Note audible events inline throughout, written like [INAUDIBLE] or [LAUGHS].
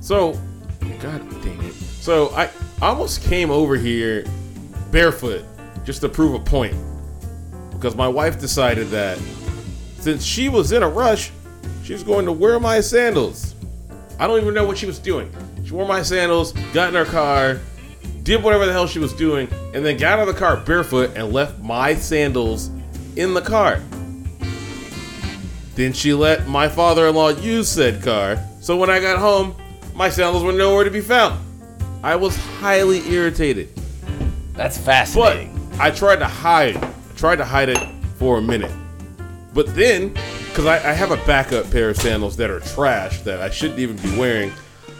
So, god dang it. So I almost came over here barefoot just to prove a point because my wife decided that since she was in a rush, she was going to wear my sandals. I don't even know what she was doing. She wore my sandals, got in her car, did whatever the hell she was doing, and then got out of the car barefoot and left my sandals in the car. Then she let my father in law use said car, so when I got home, my sandals were nowhere to be found. I was highly irritated, That's but fascinating. I tried to hide. I tried to hide it for a minute. But then, because I, I have a backup pair of sandals that are trash that I shouldn't even be wearing,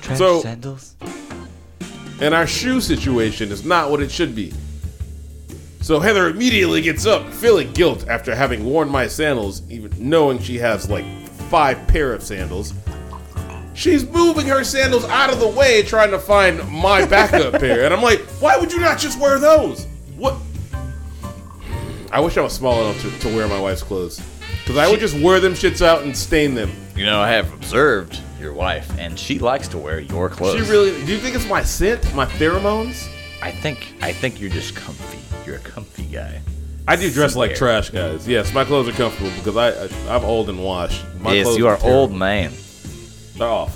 Trash so- sandals. and our shoe situation is not what it should be. So Heather immediately gets up, feeling guilt after having worn my sandals, even knowing she has like five pair of sandals. She's moving her sandals out of the way, trying to find my backup pair, and I'm like, "Why would you not just wear those? What?" I wish I was small enough to, to wear my wife's clothes, because I would just wear them shits out and stain them. You know, I have observed your wife, and she likes to wear your clothes. She really? Do you think it's my scent, my pheromones? I think. I think you're just comfy. You're a comfy guy. I do dress like Fair. trash, guys. Yes, my clothes are comfortable because I, I I'm old and washed. My yes, clothes you are terrible. old man. They're [LAUGHS] off.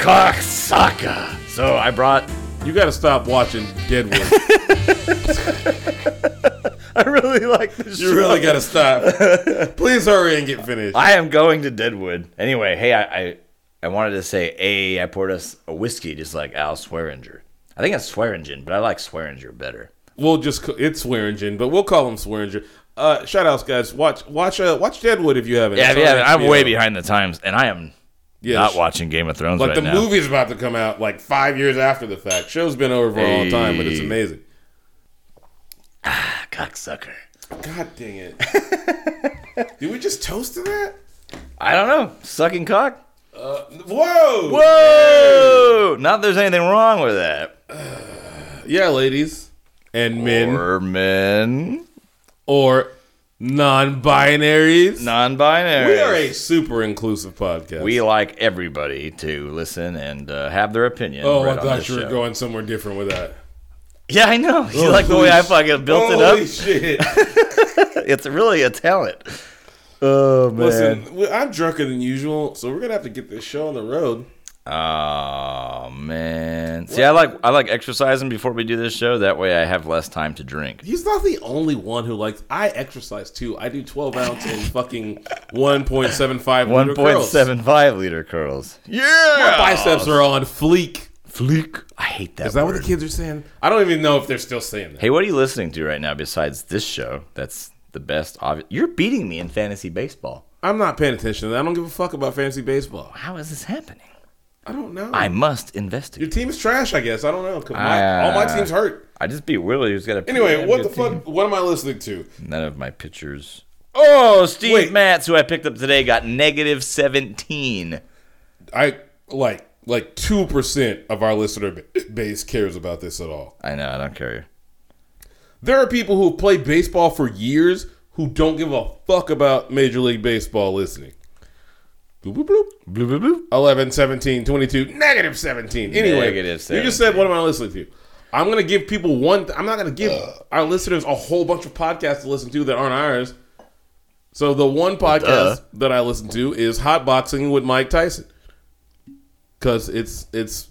Cocksucker. So I [LAUGHS] brought. You got to stop watching Deadwood. [LAUGHS] I really like this. you really got to stop. Please hurry and get finished. I am going to Deadwood. Anyway, hey, I, I I wanted to say, hey, I poured us a whiskey just like Al Swearinger. I think it's Swearingen, but I like Swearinger better. We'll just ca- it's Swearingen, but we'll call him Swearingen. Uh, shout outs, guys. Watch watch uh, watch Deadwood if you haven't. Yeah, It's on yeah, I'm HBO. way behind the times, and I am Yes. not watching Game of Thrones Like right the now. movie's about to come out like five years after the fact. Show's been over for a long time, but it's Hey. amazing. Ah, cocksucker. God dang it! [LAUGHS] Did we just toast to that? Uh, I don't know. Sucking cock? Whoa! Whoa! Not that there's anything wrong with that. Yeah, ladies and men. Or men. or non-binaries. Non binary. we are a super inclusive podcast. We like everybody to listen and uh, have their opinion. oh, I read on thought this you were show. going somewhere different with that. Yeah, I know. [LAUGHS] You Oh, like the holy way I sh- fucking built Holy it up? shit! [LAUGHS] It's really a talent. Oh man. Listen, we- I'm drunker than usual, so we're gonna have to get this show on the road. Oh man. See, I like I like exercising before we do this show. That way, I have less time to drink. He's not the only one who likes. I exercise too. I do 12 ounce and fucking 1.75 One liter point curls. seven five liter curls. Yeah. My biceps are on fleek. fleek. I hate that. Is that what word. the kids are saying? I don't even know if they're still saying that. Hey, what are you listening to right now besides this show? That's the best. Obvi- You're beating me in fantasy baseball. I'm not paying attention. to that. I don't give a fuck about fantasy baseball. How is this happening? I don't know. I must Your investigate. team is trash, I guess. I don't know. 'cause my- all my Ah. teams hurt. I just beat Willie, who's got a pretty Anyway, damn what good the team. fuck? What am I listening to? None of my pictures. Oh, Steve Wait. Matz, who I picked up today, got negative 17. I like like two percent of our listener b- base cares about this at all. I know, I don't care. There are people who have played baseball for years who don't give a fuck about Major League Baseball listening. Boop, boop, boop. Blue, blue, blue. 11, 17, 22, negative 17. Anyway, Negative you just said, 17. what am I listening to? I'm going to give people one, th- I'm not going to give our listeners a whole bunch of podcasts to listen to that aren't ours. So the one podcast that I listen to is Hot Boxing with Mike Tyson. Cuz it's it's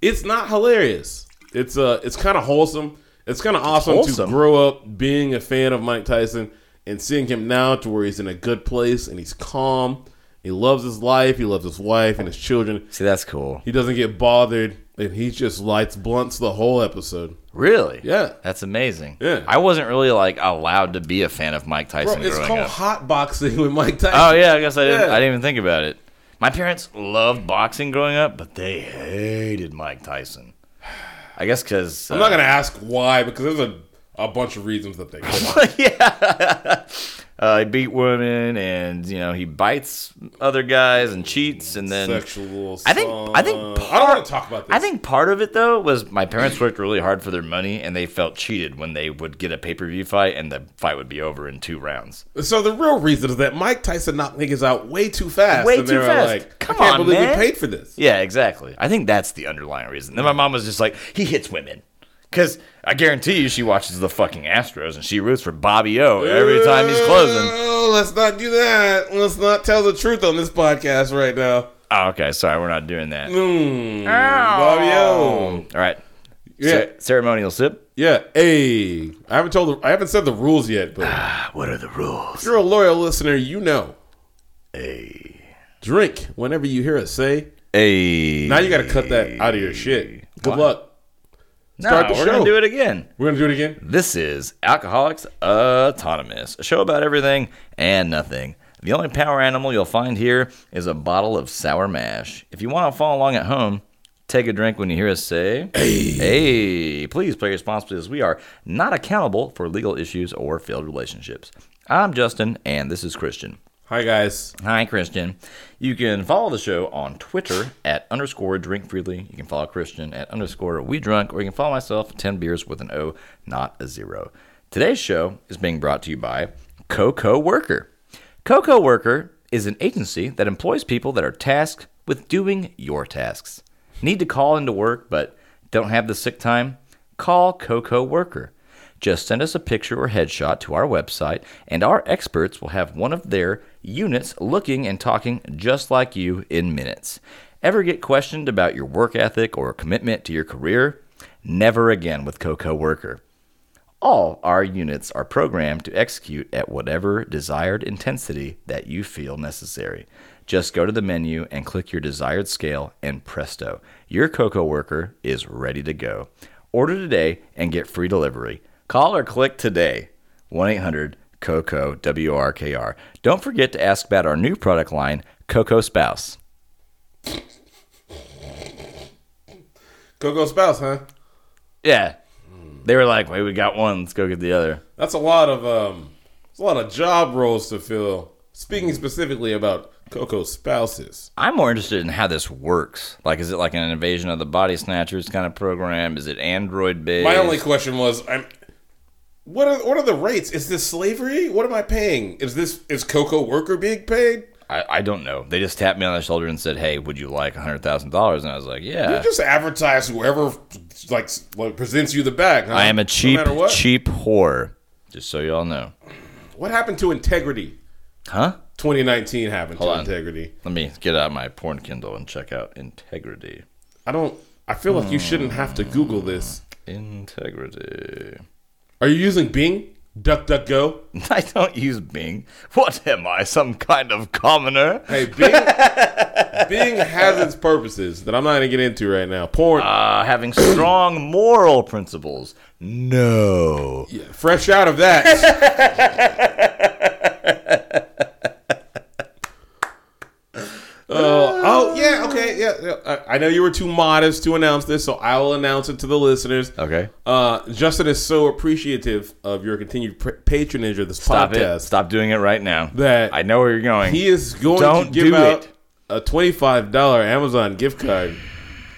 it's not hilarious. It's uh it's kind of wholesome. It's kind of awesome wholesome. to grow up being a fan of Mike Tyson and seeing him now to where he's in a good place and he's calm. He loves his life, he loves his wife and his children. See, that's cool. He doesn't get bothered and he just lights blunts the whole episode. Really? Yeah. That's amazing. Yeah. I wasn't really, like, allowed to be a fan of Mike Tyson Bro, it's growing called up. hot boxing with Mike Tyson. Oh, yeah, I guess I didn't, Yeah. I didn't even think about it. My parents loved boxing growing up, but they hated Mike Tyson. I guess because... [LAUGHS] I'm not gonna ask why because there's a, a bunch of reasons that they. uh, yeah. Uh, he beat women, and you know he bites other guys and cheats, and then Sexual. I think- I think assault. I don't want to talk about this. I think part of it though was my parents worked really hard for their money, and they felt cheated when they would get a pay per view fight, and the fight would be over in two rounds. so. The real reason is that Mike Tyson knocked niggas out way too fast. Way and they too were fast. Like, Come I can't on, believe man. we paid for this. Yeah, exactly. I think that's the underlying reason. Then my mom was just like, he hits women. Because I guarantee you, she watches the fucking Astros and she roots for Bobby O every time he's closing. Oh, let's not do that. Let's not tell the truth on this podcast right now. Hmm. Oh, okay. Sorry, we're not doing that. Bobby O. All right. Yeah. Ce- ceremonial sip. Yeah. Hey, I haven't told. The, I haven't said the rules yet, but if Ah, What are the rules? you're a loyal listener, you know. Hey. Drink whenever you hear us say. Hey. Now you got to cut that out of your shit. Good luck. no, start the we're going show. to do it again. We're gonna do it again. This is Alcoholics Autonomous, a show about everything and nothing. The only power animal you'll find here is a bottle of sour mash. If you want to follow along at home, take a drink when you hear us say, hey. please play responsibly as we are not accountable for legal issues or failed relationships. I'm Justin, and this is Christian. Hi guys. Hi, Christian. You can follow the show on Twitter at underscore drink freely. You can follow Christian at underscore we drunk, or you can follow myself, 10 beers with an O, not a zero. Today's show is being brought to you by Coco Worker. Coco Worker is an agency that employs people that are tasked with doing your tasks. Need to call into work but don't have the sick time? Call Coco Worker. Just send us a picture or headshot to our website, and our experts will have one of their units looking and talking just like you in minutes. Ever get questioned about your work ethic or commitment to your career? Never again with Coco Worker. All our units are programmed to execute at whatever desired intensity that you feel necessary. Just go to the menu and click your desired scale, and presto, your cocoa worker is ready to go. Order today and get free delivery. Call or click today 1 800 COCO WRKR. Don't forget to ask about our new product line, Coco Spouse. Coco spouse, huh? Yeah. They were like, wait, we got one. Let's go get the other. That's a lot of um. It's a lot of job roles to fill. Mm-hmm. Speaking specifically about Coco spouses. I'm more interested in how this works. Like, is it like an invasion of the body snatchers kind of program? Is it Android based? My only question was, I'm. What are what are the rates? Is this slavery? What am I paying? Is this is Coco worker being paid? I, I don't know. They just tapped me on the shoulder and said, "Hey, would you like hundred thousand dollars?" And I was like, You "Yeah." just advertise whoever like, s- like presents you the bag. huh? I am a cheap, No matter what. cheap whore. Just so y'all know, What happened to integrity? huh? 2019 happened to on. integrity. Let me get out my porn Kindle and check out integrity. I don't. I feel like you shouldn't have Hmm. to Google this. Integrity. [LAUGHS] Are you using Bing? DuckDuckGo? I don't use Bing. What am I, some kind of commoner? Hey, Bing. Bing has its purposes that I'm not gonna get into right now. Porn. Uh, having strong moral principles. No. Fresh out of [LAUGHS] that. Uh, Oh, oh yeah, okay, yeah. yeah. I, I know you were too modest to announce this, so I will announce it to the listeners. Okay. Uh, Justin is so appreciative of your continued pr- patronage of this Stop podcast. it. Stop doing it right now. That- I know where you're going. He is going Don't to give do out it. a twenty-five dollar Amazon gift card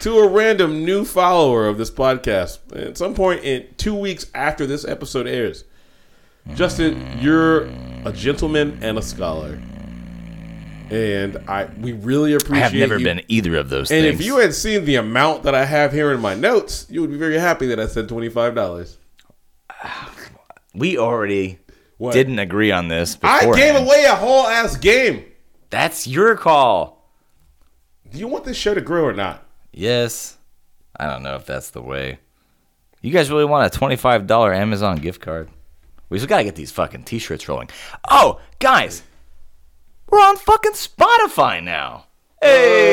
to a random new follower of this podcast at some point in two weeks after this episode airs. Justin, you're a gentleman and a scholar, and I we really I appreciate. have never you. been either of those And things. if you had seen the amount that I have here in my notes, you would be very happy that I said twenty-five dollars. we already What? didn't agree on this. I beforehand. gave away a whole ass game. That's your call. Do you want this show to grow or not? Yes. I don't know if that's the way. You guys really want a twenty-five dollar Amazon gift card? We just gotta get these fucking t-shirts rolling. Oh, guys, we're on fucking Spotify now. Oh,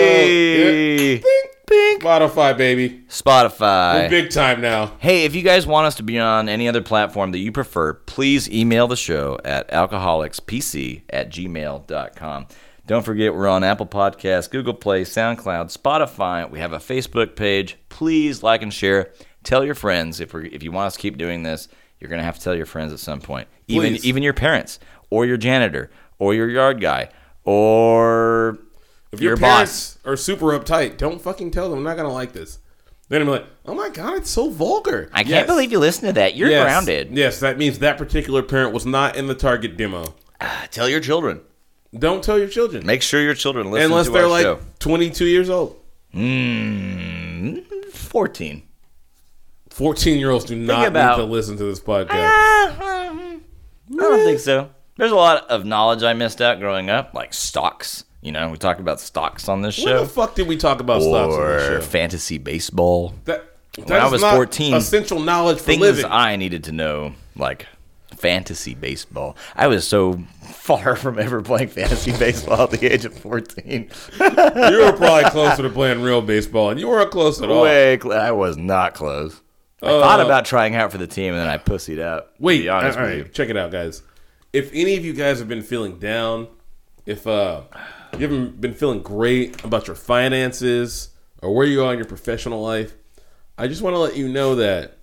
Hey, Pink. Spotify, baby. Spotify. We're big time now. Hey, if you guys want us to be on any other platform that you prefer, please email the show at alcoholicspc at gmail.com. Don't forget, we're on Apple Podcasts, Google Play, SoundCloud, Spotify. We have a Facebook page. Please like and share. Tell your friends if, we're, if you want us to keep doing this, you're going to have to tell your friends at some point, even, Please. even your parents or your janitor or your yard guy or If your, your, boss. parents are super uptight, don't fucking tell them I'm not gonna like this. They're gonna be like, "Oh my god, it's so vulgar." I can't believe you listen to that. You're yes. grounded. Yes, that means that particular parent was not in the target demo. Tell your children. Don't tell your children Make sure your children listen unless to they're our like show. 22 years old. Hmm, Mm, 14. 14 year olds do not about- need to listen to this podcast. Ah, um, I don't think so. There's a lot of knowledge I missed out growing up, like stocks. You know, we talked about stocks on this Where show. the fuck did we talk about stocks on this or show? fantasy baseball. That, that I is was not 14, essential knowledge for Things living. I needed to know, like fantasy baseball. I was so [LAUGHS] far from ever playing fantasy baseball at the age of [LAUGHS] you 14. were probably closer to playing real baseball, and you weren't close at all. [LAUGHS] Way, cl- I was not close. I thought about trying out for the team, and then I pussied out. to uh, Wait, be honest all with right, check it out, guys. If any of you guys have been feeling down, if uh, you haven't been feeling great about your finances or where you are in your professional life, I just want to let you know that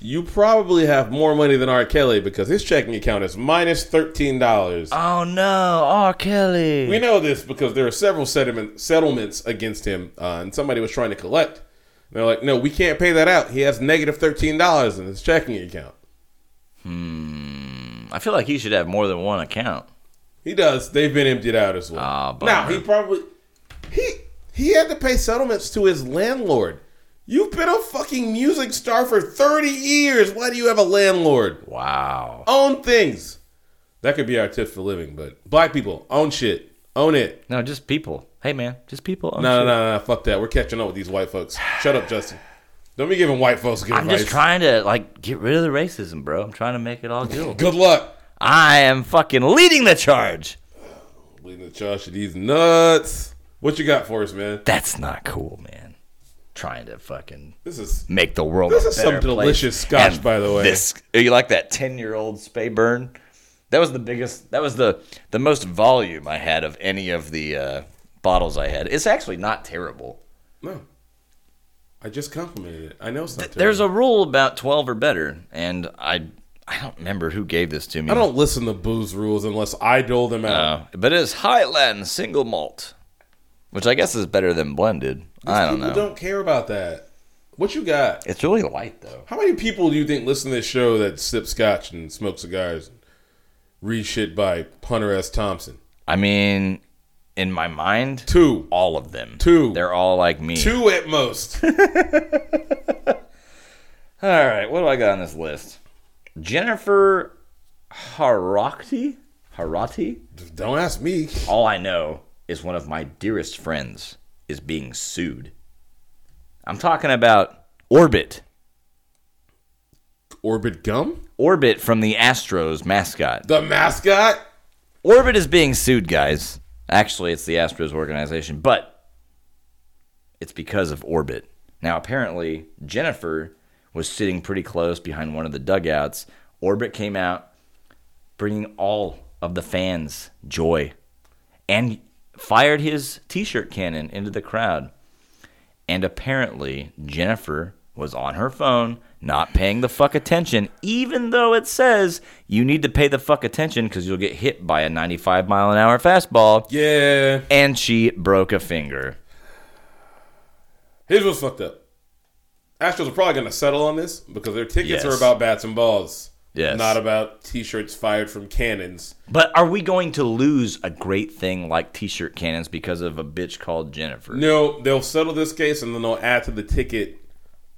you probably have more money than R. Kelly because his checking account is minus thirteen dollars. you. Oh no, R. Kelly. We know this because there are several settlement, settlements against him, uh, and somebody was trying to collect. And they're like, "No, we can't pay that out. He has negative thirteen dollars in his checking account." I feel like he should have more than one account. He does. They've been emptied out as well. Ah, bummer. now he probably he he had to pay settlements to his landlord. You've been a fucking music star for thirty years. Why do you have a landlord? Wow. Own things. That could be our tip for living, but black people own shit. Own it. No, just people. Hey, man, just people. Oh, No, no, shit. no, no. Fuck that. We're catching up with these white folks. Shut up, Justin. Don't be giving white folks good I'm advice. just trying to like get rid of the racism, bro. I'm trying to make it all good. good luck. I am fucking leading the charge. Leading the charge to these nuts. What you got for us, man? That's not cool, man. Trying to fucking This is make the world. This a is some better place. delicious scotch, And by the way. This, you like that ten-year-old Spayburn? That was the biggest. That was the the most volume I had of any of the uh, bottles I had. It's actually not terrible. no. I just complimented it. I know it's not terrible. There's a rule about twelve or better, and I I don't remember who gave this to me. I don't listen to booze rules unless I dole them out. Uh, but it's Highland single malt, which I guess is better than blended. I don't People know. don't care about that. What you got? It's really light though. How many people do you think listen to this show that sip scotch and smoke cigars and read shit by Hunter S. Thompson? I mean, in my mind, Two. all of them. Two. They're all like me. Two at most. [LAUGHS] All right, what do I got on this list? Jennifer Harati. Harati. Don't ask me. All I know is one of my dearest friends is being sued. I'm talking about Orbit. Orbit Gum? Orbit from the Astros mascot. The mascot? Orbit is being sued, guys. Actually, it's the Astros organization, but it's because of Orbit. Now, apparently, Jennifer was sitting pretty close behind one of the dugouts. Orbit came out, bringing all of the fans joy, and fired his t shirt cannon into the crowd. And apparently, Jennifer was on her phone, not paying the fuck attention, even though it says you need to pay the fuck attention because you'll get hit by a 95 mile an hour fastball. Yeah. And she broke a finger. Here's what's fucked up. Astros are probably going to settle on this because their tickets Yes. are about bats and balls. Yes. Not about t shirts fired from cannons. But are we going to lose a great thing like t shirt cannons because of a bitch called Jennifer? No, they'll settle this case and then they'll add to the ticket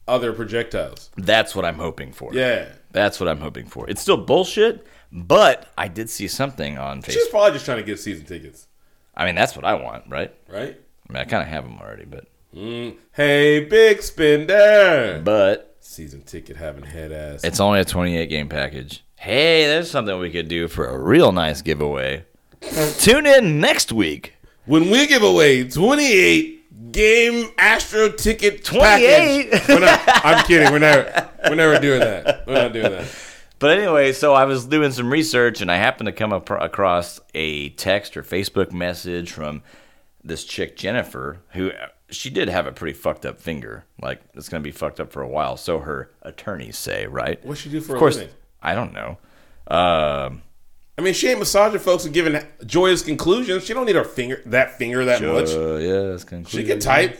other projectiles. That's what I'm hoping for. Yeah. That's what I'm hoping for. It's still bullshit, but I did see something on She's Facebook. probably just trying to get season tickets, I mean, that's what I want, right? right? I mean, I kind of have them already, but. Hey, big spender. But Season ticket having head ass. It's only a 28 game package. Hey, there's something we could do for a real nice giveaway. Tune in next week. When we give away 28 game Astro ticket 28? package- We're not, I'm kidding. We're never, we're never doing that. We're not doing that. But anyway, so I was doing some research and I happened to come apro across a text or Facebook message from this chick Jennifer, who uh, she did have a pretty fucked up finger. Like it's gonna be fucked up for a while. So her attorneys say, right? What'd she do for of a course, living? I don't know. Um, I mean, she ain't massaging folks and giving joyous conclusions. She don't need her finger, that finger, that much. Uh, yeah, it's She can type.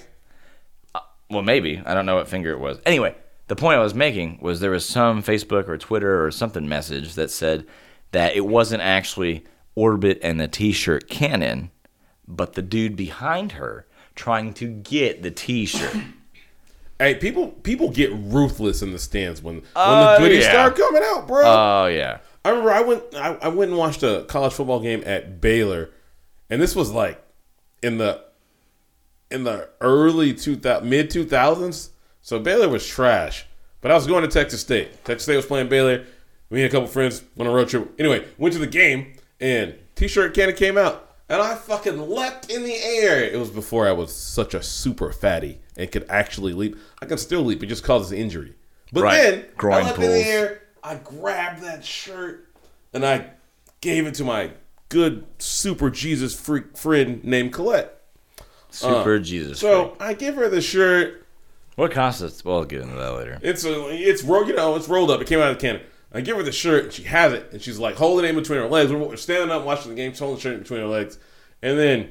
Well, maybe. I don't know what finger it was. Anyway, the point I was making was there was some Facebook or Twitter or something message that said that it wasn't actually Orbit and the t shirt cannon, but the dude behind her trying to get the t [LAUGHS] shirt. Hey, people, people get ruthless in the stands when when Oh, the goodies yeah. start coming out, bro. Oh, yeah. I remember I went I, I went and watched a college football game at Baylor, and this was like in the in the early two thousand mid two thousands. So Baylor was trash, but I was going to Texas State. Texas State was playing Baylor. Me and a couple friends went on a road trip. Anyway, went to the game and T-shirt cannon came out, and I fucking leapt in the air. It was before I was such a super fatty and could actually leap. I can still leap. It just causes injury. But Right. then Groin I leapt in the pulls. air there, I grabbed that shirt and I gave it to my good super Jesus freak friend named Colette. Super Jesus. Uh, So freak. I give her the shirt. what constitutes? Well, I'll get into that later. It's a, it's ro- you know it's rolled up. It came out of the can. I give her the shirt. And she has it, and she's like holding it in between her legs. We're, we're standing up watching the game, she's holding the shirt in between her legs, and then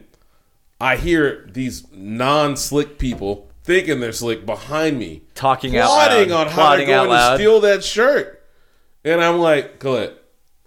I hear these non-slick people thinking they're slick behind me. Talking out loud. plotting on how they're Plotting out going to loud. steal that shirt. And I'm like, Colette,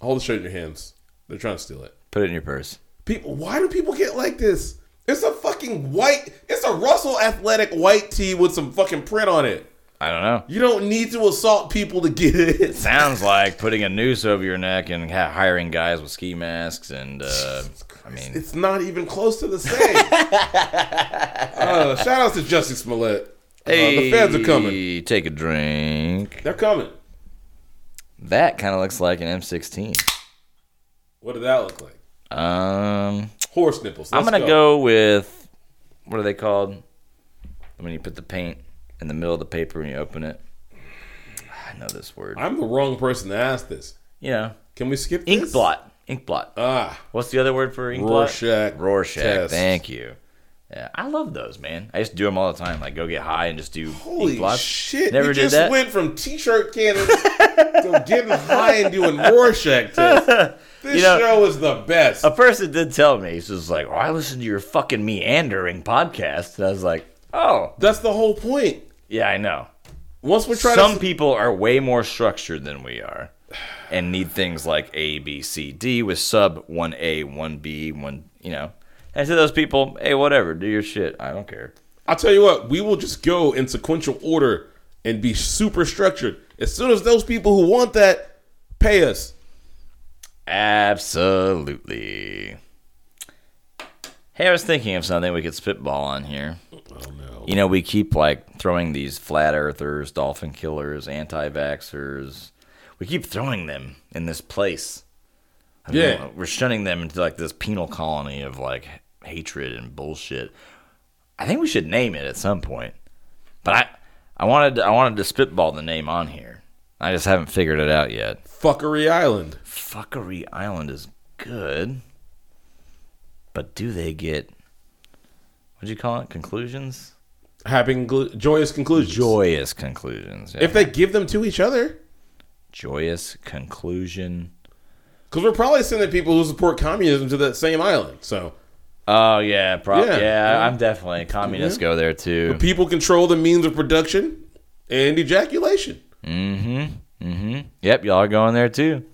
hold the shirt in your hands. They're trying to steal it. Put it in your purse. People, why do people get like this? It's a fucking white. It's a Russell Athletic white tee with some fucking print on it. I don't know. You don't need to assault people to get it. Sounds like putting a noose over your neck and ha- hiring guys with ski masks and uh, I mean, It's not even close to the [LAUGHS] same. uh, shout outs to Justice Smollett. Uh, the feds are coming. Hey, Take a drink. They're coming. That kind of looks like an M16. What did that look like? Um, Horse nipples. I'm Let's gonna go. with what are they called? When you put the paint in the middle of the paper and you open it. I know this word. I'm the wrong person to ask this. You know, Can we skip ink this? blot. Ink blot. Ah, What's the other word for ink blot? Rorschach. Rorschach. test. Thank you. Yeah, I love those, man. I used to do them all the time. Like go get high and just do Holy ink blots. shit! Never you did just that. went from t-shirt [LAUGHS] cannon to getting high and doing Rorschach [LAUGHS] test. This You know- show is the best. A person did tell me, he's just like, well, I listened to your fucking meandering podcast. And I was like, oh, That's the whole point. yeah, I know. Once we're trying Some to, people are way more structured than we are and need things like A, B, C, D with sub 1A, 1B, 1, you know. And to those people, hey, whatever, do your shit. I don't care. I'll tell you what, we will just go in sequential order and be super structured. As soon as those people who want that pay us, Absolutely. Hey, I was thinking of something we could spitball on here. oh no, You know, we keep like throwing these flat earthers, dolphin killers, anti vaxxers. We keep throwing them in this place. I don't Yeah. know, We're shunning them into like this penal colony of like hatred and bullshit. I think we should name it at some point. But I I wanted to, I wanted to spitball the name on here. I just haven't figured it out yet. fuckery island. Fuckery Island is good. But do they get what'd you call it? Conclusions? Having glu- joyous conclusions. joyous conclusions. Yeah. If they give them to each other, joyous conclusion. because we're probably sending people who support communism to that same island. So Oh yeah, probably. Yeah, Yeah, yeah. I'm definitely communists go there too. people control the means of production and ejaculation. Mm-hmm. Mm-hmm. Yep, y'all are going there too.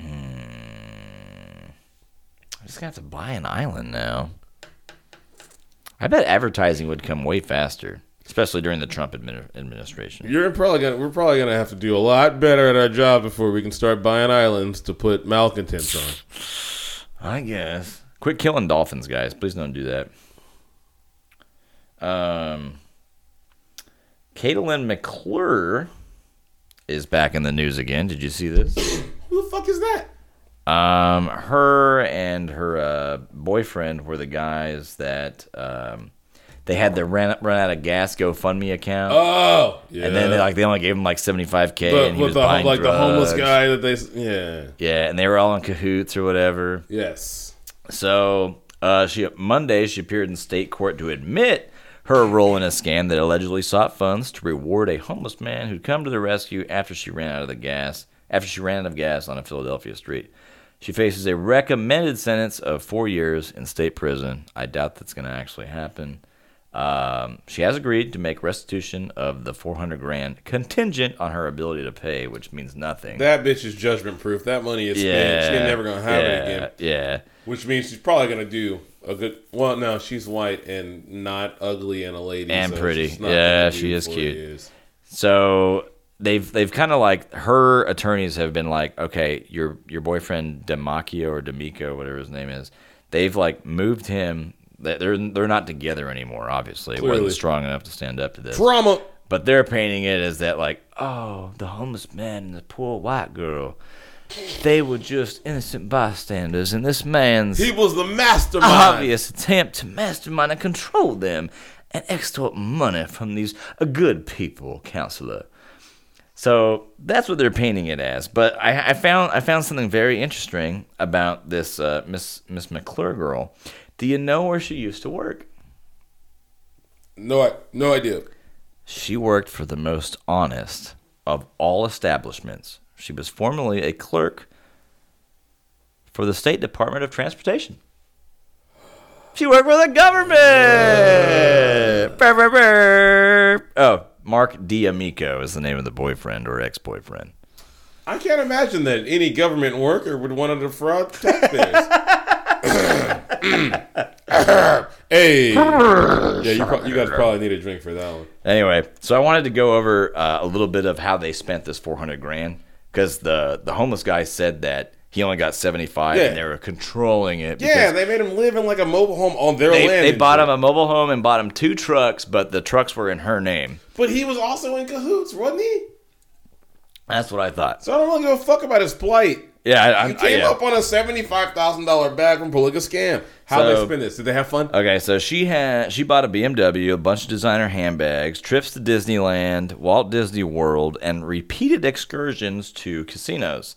Hmm. I'm just gonna have to buy an island now. I bet advertising would come way faster, especially during the Trump admin- administration. You're probably gonna we're probably gonna have to do a lot better at our job before we can start buying islands to put malcontents on. I guess. Quit killing dolphins, guys. Please don't do that. Um, Caitlin McClure is back in the news again. Did you see this? Who the fuck is that? Um, her and her uh, boyfriend were the guys that um, they had the run, run out of gas GoFundMe account, Oh, yeah. and then they like they only gave him like seventy five k, but and he with was the buying like the homeless drugs. guy that they s- yeah Yeah, and they were all in cahoots or whatever. yes So uh, she Monday she appeared in state court to admit her role in a scam that allegedly sought funds to reward a homeless man who'd come to the rescue after she ran out of the gas after she ran out of gas on a Philadelphia street. She faces a recommended sentence of four years in state prison. I doubt that's going to actually happen. Um, she has agreed to make restitution of the 400 grand contingent on her ability to pay, which means nothing. That bitch is judgment proof. That money is spent. She's never gonna have yeah, it again. Yeah. Which means she's probably gonna do a good. Well, no, she's white and not ugly and a lady And so pretty. she's not Yeah, gonna do she is 40 cute. years. So they've they've kind of like her attorneys have been like, okay, your your boyfriend Demacchio or D'Amico, whatever his name is, they've like moved him. They- They're they're not together anymore. Obviously, it Clearly. wasn't strong enough to stand up to this. Drama. But they're painting it as that like, oh, the homeless man and the poor white girl, they were just innocent bystanders, and this man's He was the mastermind. obvious attempt to mastermind and control them and extort money from these uh, good people, counselor. So that's what they're painting it as. But I, I found I found something very interesting about this uh, Miss Miss McClure girl. Do you know where she used to work? No, I, no idea. She worked for the most honest of all establishments. She was formerly a clerk for the State Department of Transportation. She worked for the government. Brr, brr, brr. Oh, Mark D'Amico is the name of the boyfriend or ex-boyfriend. I can't imagine that any government worker would want to defraud [LAUGHS] taxpayers. [COUGHS] hey, yeah, you, pro- you guys probably need a drink for that one. Anyway, so I wanted to go over uh, a little bit of how they spent this 400 grand because the the homeless guy said that he only got 75 Yeah. and they were controlling it. because Yeah, they made him live in like a mobile home on their they, land. they and bought shit. him a mobile home and bought him two trucks, but the trucks were in her name. but he was also in cahoots, wasn't he? That's what I thought. So I don't really give a fuck about his plight. Yeah, I, I, He came yeah. up on a seventy-five thousand dollar bag from Palooka scam. How would they So- spend this? Did they have fun? Okay, so she had she bought a BMW, a bunch of designer handbags, trips to Disneyland, Walt Disney World, and repeated excursions to casinos.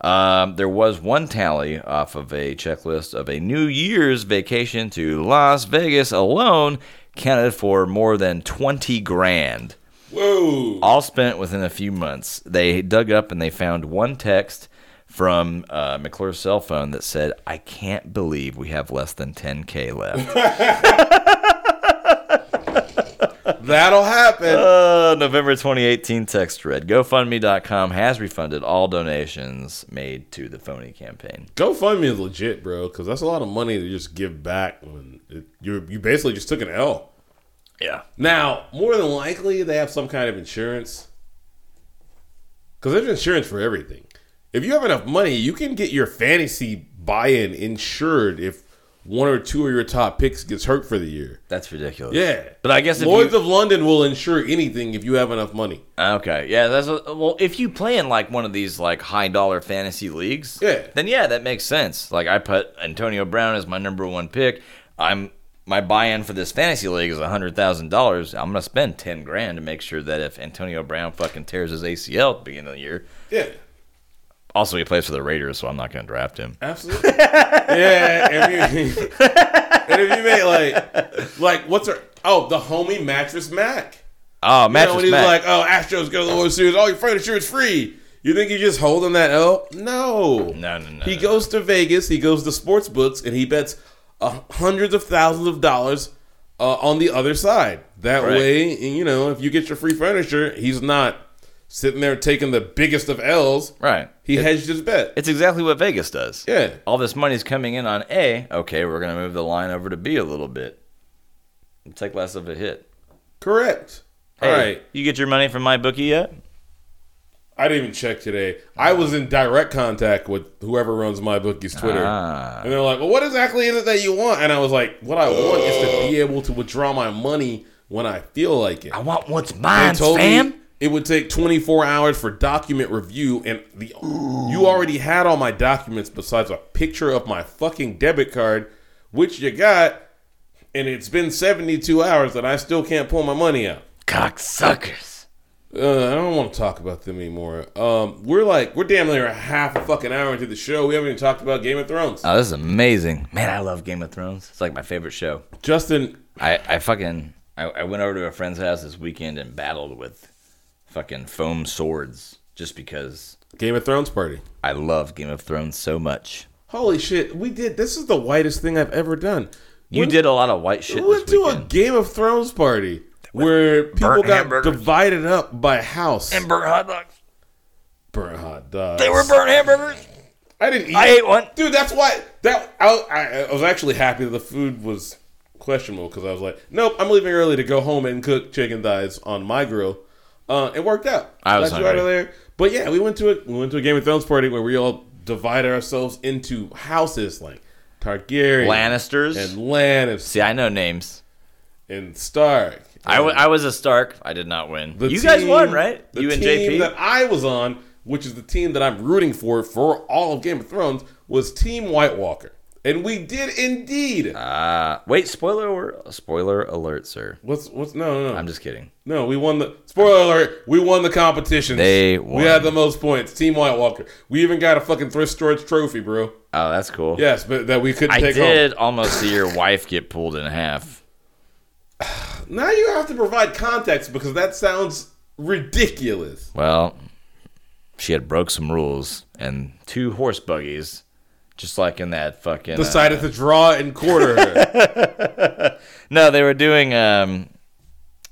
Um, there was one tally off of a checklist of a New Year's vacation to Las Vegas alone counted for more than twenty grand. Whoa! all spent within a few months. They dug up and they found one text from uh, McClure's cell phone that said, "I can't believe we have less than 10k left." That'll happen. uh, November 2018 text thread. GoFundMe.com has refunded all donations made to the phony campaign. GoFundMe is legit, bro, because that's a lot of money to just give back when it, you you basically just took an L. Yeah, Now, more than likely, they have some kind of insurance because there's insurance for everything. If you have enough money, you can get your fantasy buy-in insured if one or two of your top picks gets hurt for the year. that's ridiculous. Yeah, But I guess if Lloyd's you, of London will insure anything if you have enough money. okay, yeah, that's a, well. If you play in like one of these like high dollar fantasy leagues, Yeah. then yeah, that makes sense. Like I put Antonio Brown as my number one pick. I'm my buy-in for this fantasy league is hundred thousand dollars. I'm gonna spend ten grand to make sure that if Antonio Brown fucking tears his ACL at the beginning of the year, Yeah, also he plays for the Raiders, so I'm not gonna draft him. absolutely. [LAUGHS] yeah, and if, you, [LAUGHS] and if you make like, like what's her? Oh, the homie mattress Mac. Oh, You match know, when he's is Mac. like, "Oh, Astros go to the World Series. All your furniture is free." You think he's just holding that L? No, No, no, no, He no. goes to Vegas. He goes to sports books, and he bets uh, hundreds of thousands of dollars uh, on the other side. That Right. way, you know, if you get your free furniture, he's not sitting there taking the biggest of L's. right. He hedged his bet. It's exactly what Vegas does. Yeah. All this money's coming in on A. Okay, we're gonna move the line over to B a little bit. Take less of a hit. Correct. Hey, All right. You get your money from my bookie yet? I didn't even check today. I was in direct contact with whoever runs my bookie's Twitter. Ah. And they're like, "Well, what exactly is it that you want?" And I was like, "What I want is to be able to withdraw my money when I feel like it." I want what's They mine, told fam. me it would take 24 hours for document review, and the you already had all my documents besides a picture of my fucking debit card, which you got, and it's been 72 hours, and I still can't pull my money out. Cocksuckers. Uh, I don't want to talk about them anymore. Um, we're like we're damn near a half a fucking hour into the show. We haven't even talked about Game of Thrones. Oh, this is amazing. Man, I love Game of Thrones. It's like my favorite show. Justin, I, I fucking I, I went over to a friend's house this weekend and battled with fucking foam swords just because Game of Thrones party. I love Game of Thrones so much. Holy shit, we did. This is the whitest thing I've ever done. You Went- did a lot of white shit We went this to a weekend. Game of Thrones party where people got hamburgers. divided up by house. and burnt hot dogs. burnt hot dogs. They were burnt hamburgers. I didn't eat. I ate one. Dude, that's why that I, I, I was actually happy that the food was questionable because I was like, nope, I'm leaving early to go home and cook chicken thighs on my grill. Uh, it worked out. I was Got you out of hungry. there. But yeah, we went to a we went to a Game of Thrones party where we all divided ourselves into houses like Targaryen Lannisters. and Lannister See, I know names. and Stark. I, w- I was a Stark. I did not win. The you guys team- won, right? The you and team JP. that I was on, which is the team that I'm rooting for for all of Game of Thrones, was Team White Walker, and we did indeed. Uh, wait, spoiler or- spoiler alert, sir. what's what's no no no I'm just kidding. no? We won the spoiler alert. We won the competition. They won. We had the most points. Team White Walker. We even got a fucking thrift storage trophy, bro. Oh, that's cool. Yes, but that we couldn't I take did almost see your wife get pulled in half. home. Now you have to provide context because that sounds ridiculous. Well, she had broke some rules and two horse buggies, just like in that fucking. uh, Decided to draw and quarter [LAUGHS] her. No, they were doing. um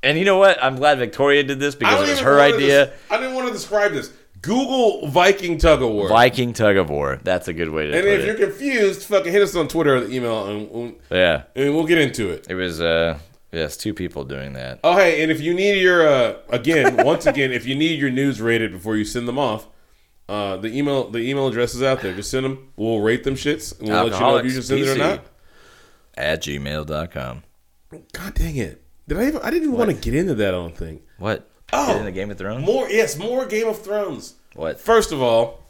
And you know what? I'm glad Victoria did this I because don't it was even her wanna idea. des- I didn't want to describe this. Google Viking tug of war. Viking tug of war. That's a good way to And put if you're it. confused, fucking hit us on Twitter or the email, and we'll, Yeah, and we'll get into it. it was. uh Yes, two people doing that. Oh, hey, and if you need your uh, [LAUGHS] again, once again, if you need your news rated before you send them off, uh, the email the email address is out there. Just send them. We'll rate them shits, and we'll let you know if you Alcoholics can send it or PC. not. At gmail.com. God dang it! Did I? Even, I didn't even want to get into that. I don't think. What? Oh. Get in the Game of Thrones? More yes, more Game of Thrones. What? First of all,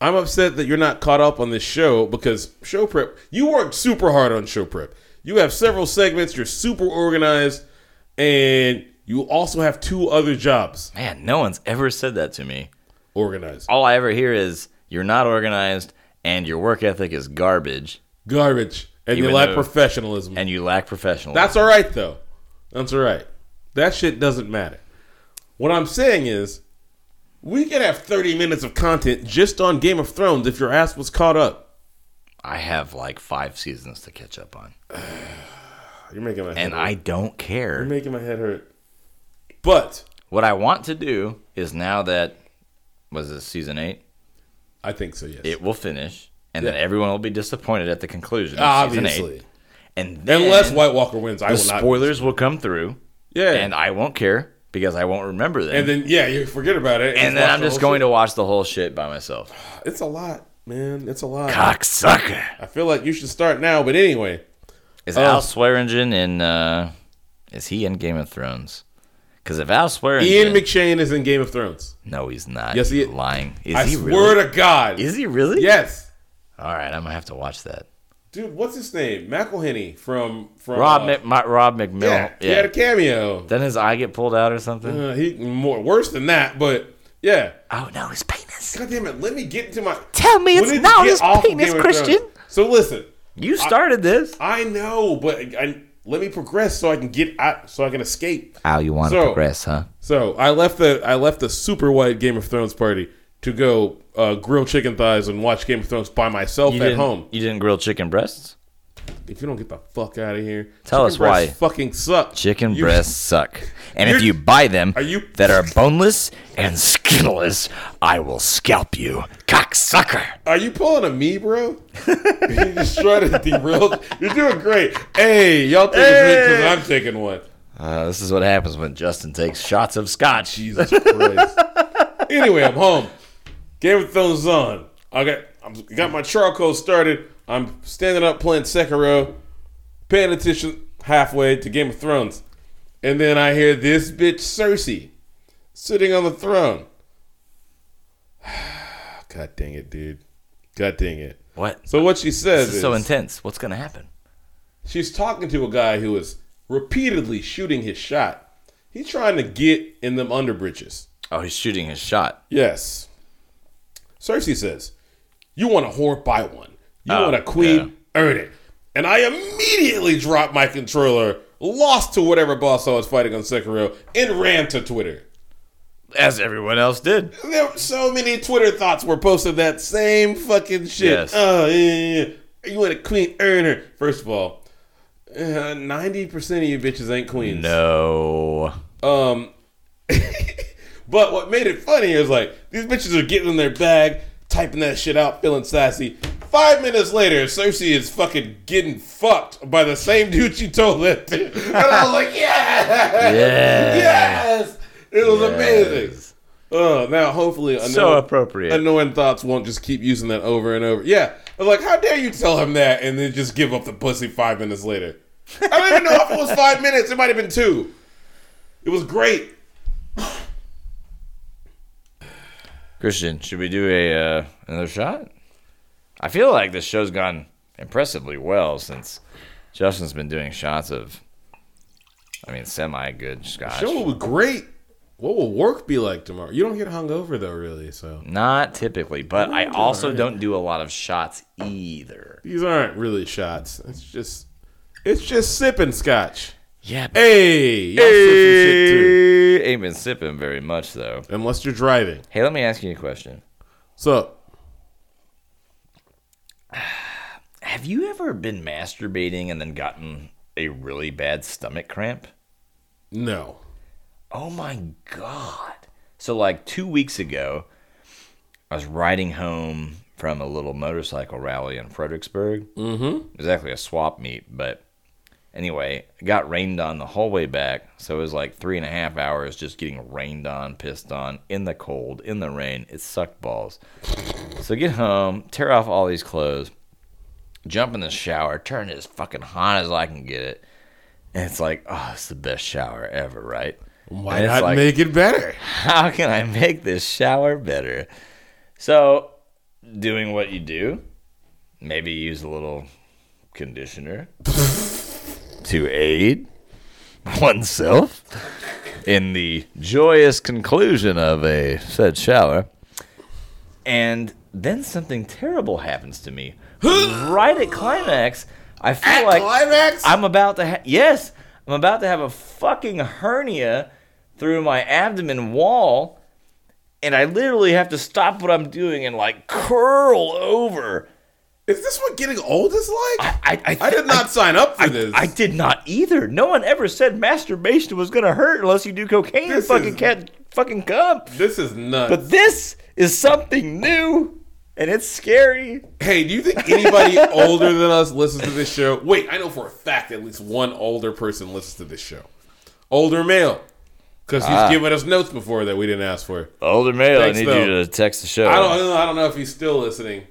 I'm upset that you're not caught up on this show because show prep, you worked super hard on show prep. You have several segments, you're super organized, and you also have two other jobs Man, no one's ever said that to me. organized. All I ever hear is you're not organized and your work ethic is garbage Garbage. And you Even lack though- professionalism. and you lack professionalism. That's all right, though. That's all right. That shit doesn't matter. What I'm saying is, we could have 30 minutes of content just on Game of Thrones if your ass was caught up. I have like five seasons to catch up on. You're making my head And hurt. I don't care. You're making my head hurt. But What I want to do is now that was this season eight, I think so, yes. it will finish, and then Yeah. everyone will be disappointed at the conclusion of season Ah, Obviously. eight. And then Unless White Walker wins, I the will not. spoilers will come through, Yeah. and And, I won't care because I won't remember them. then, yeah, you forget about it. and then I'm just going to watch the whole shit by myself. to. It's a lot, man. It's a lot. Cocksucker. I feel like you should start now, but anyway. Is Oh. Al Swearingen in? Uh, is he in Game of Thrones? Because if Al Swearingen, Ian McShane is in Game of Thrones. no, he's not. Yes, he You're is. lying. Is I he swear really? to God. Is he really? Yes. All right, I'm gonna have to watch that. Dude, what's his name? McElhenney from. from Rob uh, Mc, my, Rob McMill. Yeah, He Yeah. had a cameo. Then his eye get pulled out or something. Uh, he More worse than that, but yeah. Oh no, his penis. God damn it. Let me get into my. Tell me When it's did you not get his off of penis, Game of Christian. Thrones? So listen, You started this. I know, but I, I- let me progress so I can get out, so I can escape. Al, you want So- huh? So I left the I left the super white Game of Thrones party to go uh, grill chicken thighs and watch Game of Thrones by myself You at didn't, home. You didn't grill chicken breasts. If you don't get the fuck out of here, Tell us why. breasts fucking suck. Chicken You- breasts suck. And if You're- you buy them Are you- that are boneless and skinless, I will scalp you, cocksucker. Are you pulling a me, bro? [LAUGHS] you just trying to derail. You're doing great. Hey, y'all take a drink because I'm taking one. Uh, this is what happens when Justin takes shots of scotch. Jesus Christ. anyway, I'm home. Game of Thrones is on. I got I'm, got my charcoal started. I'm standing up playing Sekiro, paying attention halfway to Game of Thrones, and then I hear this bitch Cersei sitting on the throne. [SIGHS] God dang it, dude. God dang it. What? So what she says This is is so intense. What's gonna happen? She's talking to a guy who is repeatedly shooting his shot. He's trying to get in them underbridges. Oh, he's shooting his shot. Yes. Cersei says, You want a whore, buy one. You Oh, want a queen, earn it. And I immediately dropped my controller, lost to whatever boss I was fighting on Sekiro, and ran to Twitter. as everyone else did. There were so many Twitter thoughts were posted that same fucking shit. Yes. Oh, yeah, yeah, yeah. You want a clean earner. First of all, uh, 90% of you bitches ain't queens. No. Um, [LAUGHS] but what made it funny is like these bitches are getting in their bag, typing that shit out, feeling sassy. Five minutes later, Cersei is fucking getting fucked by the same [LAUGHS] dude she told that to. And I was like, yes! Yes! It was amazing. Oh, now hopefully annoying, So appropriate. annoying thoughts won't just keep using that over and over. Yeah. I was like, how dare you tell him that and then just give up the pussy five minutes later. I don't even know if it was five minutes. It might have been two. It was great. Christian, should we do a uh, another shot? I feel like this show's gone impressively well since Justin's been doing shots of, I mean, semi good scotch. Show was great. What will work be like tomorrow? You don't get hungover though, really. So Not typically, but I also don't do a lot of shots either. these aren't really shots. It's just, it's just sipping scotch. Yeah, but Hey, y'all sipping shit too. ain't been sipping very much though. Unless you're driving. Hey, let me ask you a question. So Have you ever been masturbating and then gotten a really bad stomach cramp? no. Oh my god. So like 2 weeks ago, I was riding home from a little motorcycle rally in Fredericksburg. Mhm. It was actually a swap meet, but anyway, I got rained on the whole way back. So it was like three and a half hours just getting rained on, pissed on, in the cold, in the rain. It sucked balls. So I get home, tear off all these clothes, jump in the shower, turn it as fucking hot as I can get it. And it's like, oh, it's the best shower ever, right? Why And it's not like- make it better? how can I make this shower better? So, doing what you do, maybe use a little conditioner to aid oneself in the joyous conclusion of a said shower. And then something terrible happens to me. right at climax, I feel At like climax? I'm about to ha- yes, I'm about to have a fucking hernia through my abdomen wall, and I literally have to stop what I'm doing and like curl over. Is this what getting old is like? I I, I did not sign up for I, this. I did not either. No one ever said masturbation was gonna hurt unless you do cocaine This and fucking is- cat fucking cum. this is nuts. But this is something new, and it's scary. hey, do you think anybody older than us listens to this show? Wait, I know for a fact at least one older person listens to this show. Older male. Because he's given us notes before that we didn't ask for. Older male, Thanks, need you though. to text the show. I don't know. I don't know if he's still listening,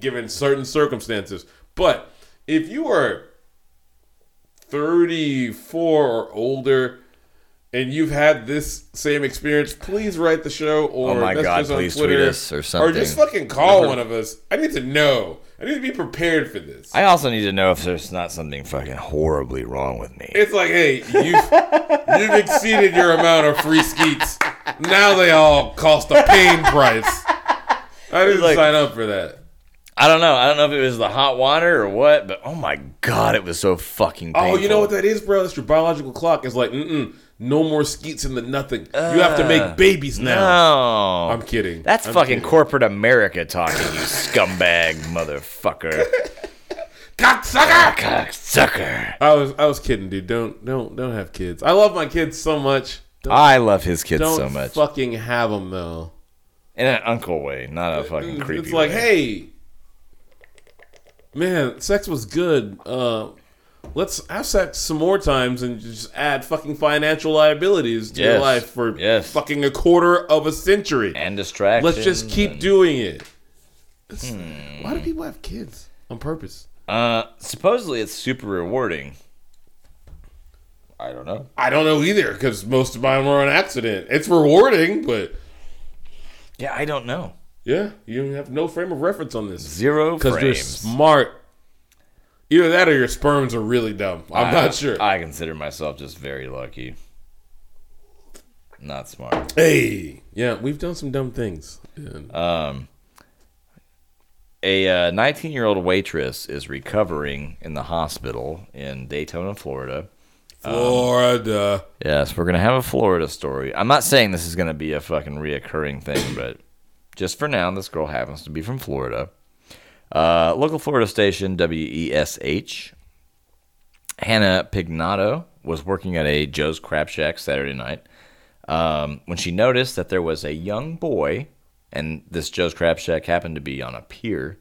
given certain circumstances. But if you are 34 or older and you've had this same experience, please write the show or Oh my message God, us on please tweet Twitter us or Or just something. fucking call one of us. I need to know. I need to be prepared for this. I also need to know if there's not something fucking horribly wrong with me. It's like, hey, you've, you've exceeded your amount of free skeets. Now they all cost a pain price. I didn't like- sign up for that. I don't know. I don't know if it was the hot water or what, but oh my god, it was so fucking painful. Oh, you know what that is, bro? That's your biological clock. It's like, mm-mm, no more skeets in the nothing. you have to make babies now. Ah. No. I'm kidding. That's I'm fucking kidding. corporate America talking, you scumbag [LAUGHS] motherfucker. cocksucker. Cocksucker. I was I was kidding, dude. Don't don't don't have kids. I love my kids so much. Don't, I love his kids don't so much. fucking have them though. Mm, In an uncle way, not a fucking creepy it's like, way. hey, man, sex was good. Uh, let's have sex some more times and just add fucking financial liabilities to your Yes. life for Yes. fucking a quarter of a century. and distraction. Let's just keep doing it. It's- Why do people have kids on purpose? Uh, supposedly it's super rewarding. I don't know. I don't know either because most of mine were on accident. It's rewarding, but Yeah, I don't know. yeah, you have no frame of reference on this Zero because you're frames. smart. Either that or your sperms are really dumb. I'm I- not sure. I consider myself just very lucky. Not smart. hey, yeah, we've done some dumb things. And Um, A uh, 19 year old waitress is recovering in the hospital in Daytona, Florida Florida. Yes, we're gonna have a Florida story. I'm not saying this is gonna be a fucking reoccurring [CLEARS THROAT] thing, but just for now, this girl happens to be from Florida. Uh, local Florida station WESH. Hannah Pignato was working at a Joe's Crab Shack Saturday night um, when she noticed that there was a young boy, and this Joe's Crab Shack happened to be on a pier,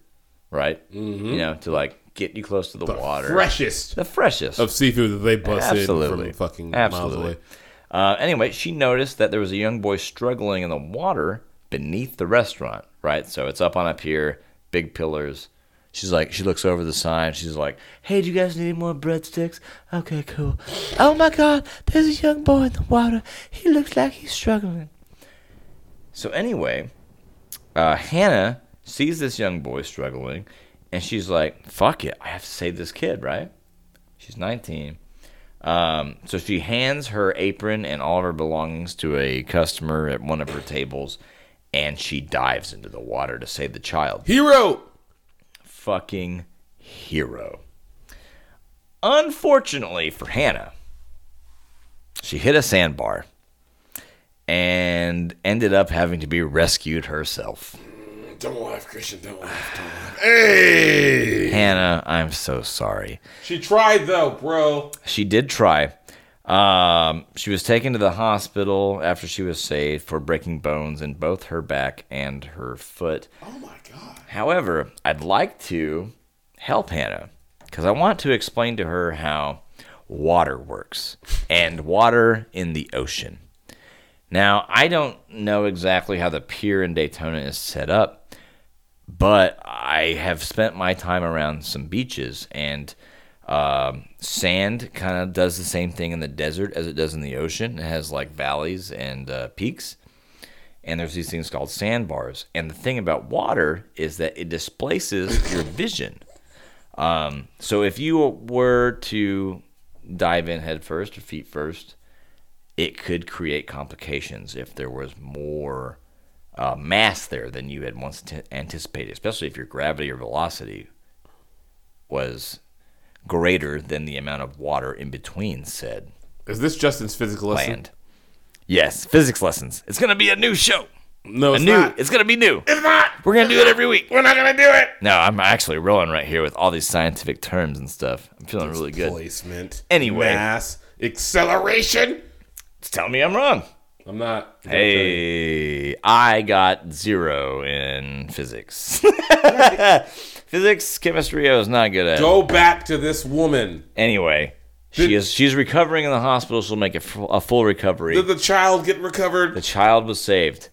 right? Mm-hmm. You know, to like get you close to the, water, Freshest the freshest of seafood that they busted Absolutely. from fucking miles away. Uh, anyway, she noticed that there was a young boy struggling in the water beneath the restaurant, right? So it's up on a pier, big pillars. She's like, she looks over the sign. She's like, hey, do you guys need more breadsticks? Okay, cool. Oh my God, there's a young boy in the water. He looks like he's struggling. So anyway, uh, Hannah sees this young boy struggling, and she's like, "Fuck it, I have to save this kid." Right? She's 19, um, so she hands her apron and all of her belongings to a customer at one of her tables, and she dives into the water to save the child. Hero. Fucking hero. Unfortunately for Hannah, she hit a sandbar and ended up having to be rescued herself. Don't laugh, Christian. Don't laugh. Don't laugh. Hey. Hannah, I'm so sorry. She tried though, bro. She did try. Um, she was taken to the hospital after she was saved for breaking bones in both her back and her foot. Oh my god. However, I'd like to help Hannah because I want to explain to her how water works and water in the ocean. Now, I don't know exactly how the pier in Daytona is set up, but I have spent my time around some beaches, and um, sand kind of does the same thing in the desert as it does in the ocean. It has like valleys and uh, peaks and there's these things called sandbars. And the thing about water is that it displaces your vision. Um, so if you were to dive in head first or feet first, it could create complications if there was more uh, mass there than you had once t- anticipated, especially if your gravity or velocity was greater than the amount of water in between said Is this Justin's physical lesson? land. Yes, physics lessons. It's going to be a new show. No, A it's new. not. It's gonna be new. It's not. We're gonna do it every week. We're not gonna do it. No, I'm actually rolling right here with all these scientific terms and stuff. I'm feeling really good. Placement. Anyway. Mass. Acceleration. Tell me I'm wrong. I'm not. Hey, I got zero in physics. [LAUGHS] physics, chemistry, I was not good at. Go back to this woman. Anyway, she Did- is she's recovering in the hospital. She'll make a fu- a full recovery. Did the child get recovered? The child was saved,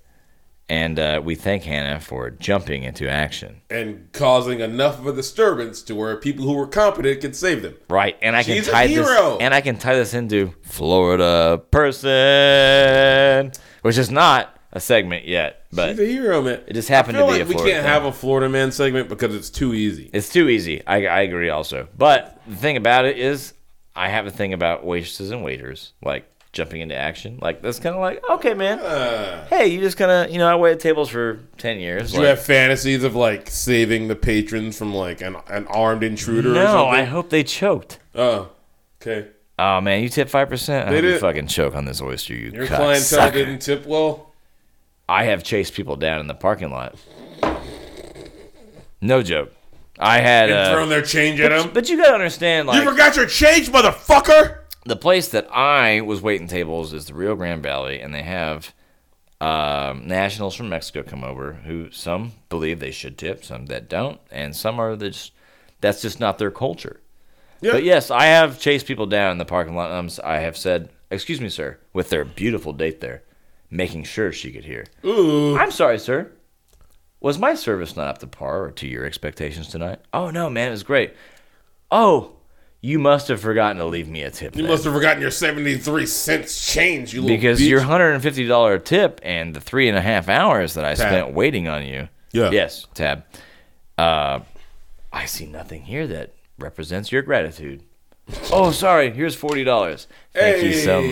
and uh, we thank Hannah for jumping into action. and causing enough of a disturbance to where people who were competent can save them. Right, and I She's a can tie this hero. and I can tie this into Florida person, which is not a segment yet, but He's a hero, man. It just happened to be a we Florida can't thing. have a Florida man segment because it's too easy. it's too easy. I, I agree also. But the thing about it is, I have a thing about waitresses and waiters, like jumping into action. Like that's kind of like, okay, man, hey, you just kind of, you know, I waited tables for ten years. Do Uh. you like- have fantasies of like saving the patrons from like an, an armed intruder? or no, I something? hope they choked. Oh, okay. Oh man, you tip five percent. I hope you did- fucking choke on this oyster, you Your clientele cocksucker. didn't tip well. I have chased people down in the parking lot. No joke. I had. and Uh, thrown their change at him. but you gotta understand, You like forgot your change, motherfucker. the place that I was waiting tables is the Rio Grande Valley, and they have um, nationals from Mexico come over who some believe they should tip, some that don't, and some are that just that's just not their culture. Yeah. But yes, I have chased people down in the parking lot. and I'm, s- I have said, "Excuse me, sir," with their beautiful date there, making sure she could hear. Ooh. I'm sorry, sir. Was my service not up to par or to your expectations tonight? Oh no, man, it was great. Oh, you must have forgotten to leave me a tip. You then. must have forgotten your seventy-three cents change. You little because bitch. your hundred and fifty dollar tip and the three and a half hours that I spent waiting on you. Yeah. Yes, tab. Uh, I see nothing here that represents your gratitude. Oh, sorry. Here's forty dollars. Thank you so Hey.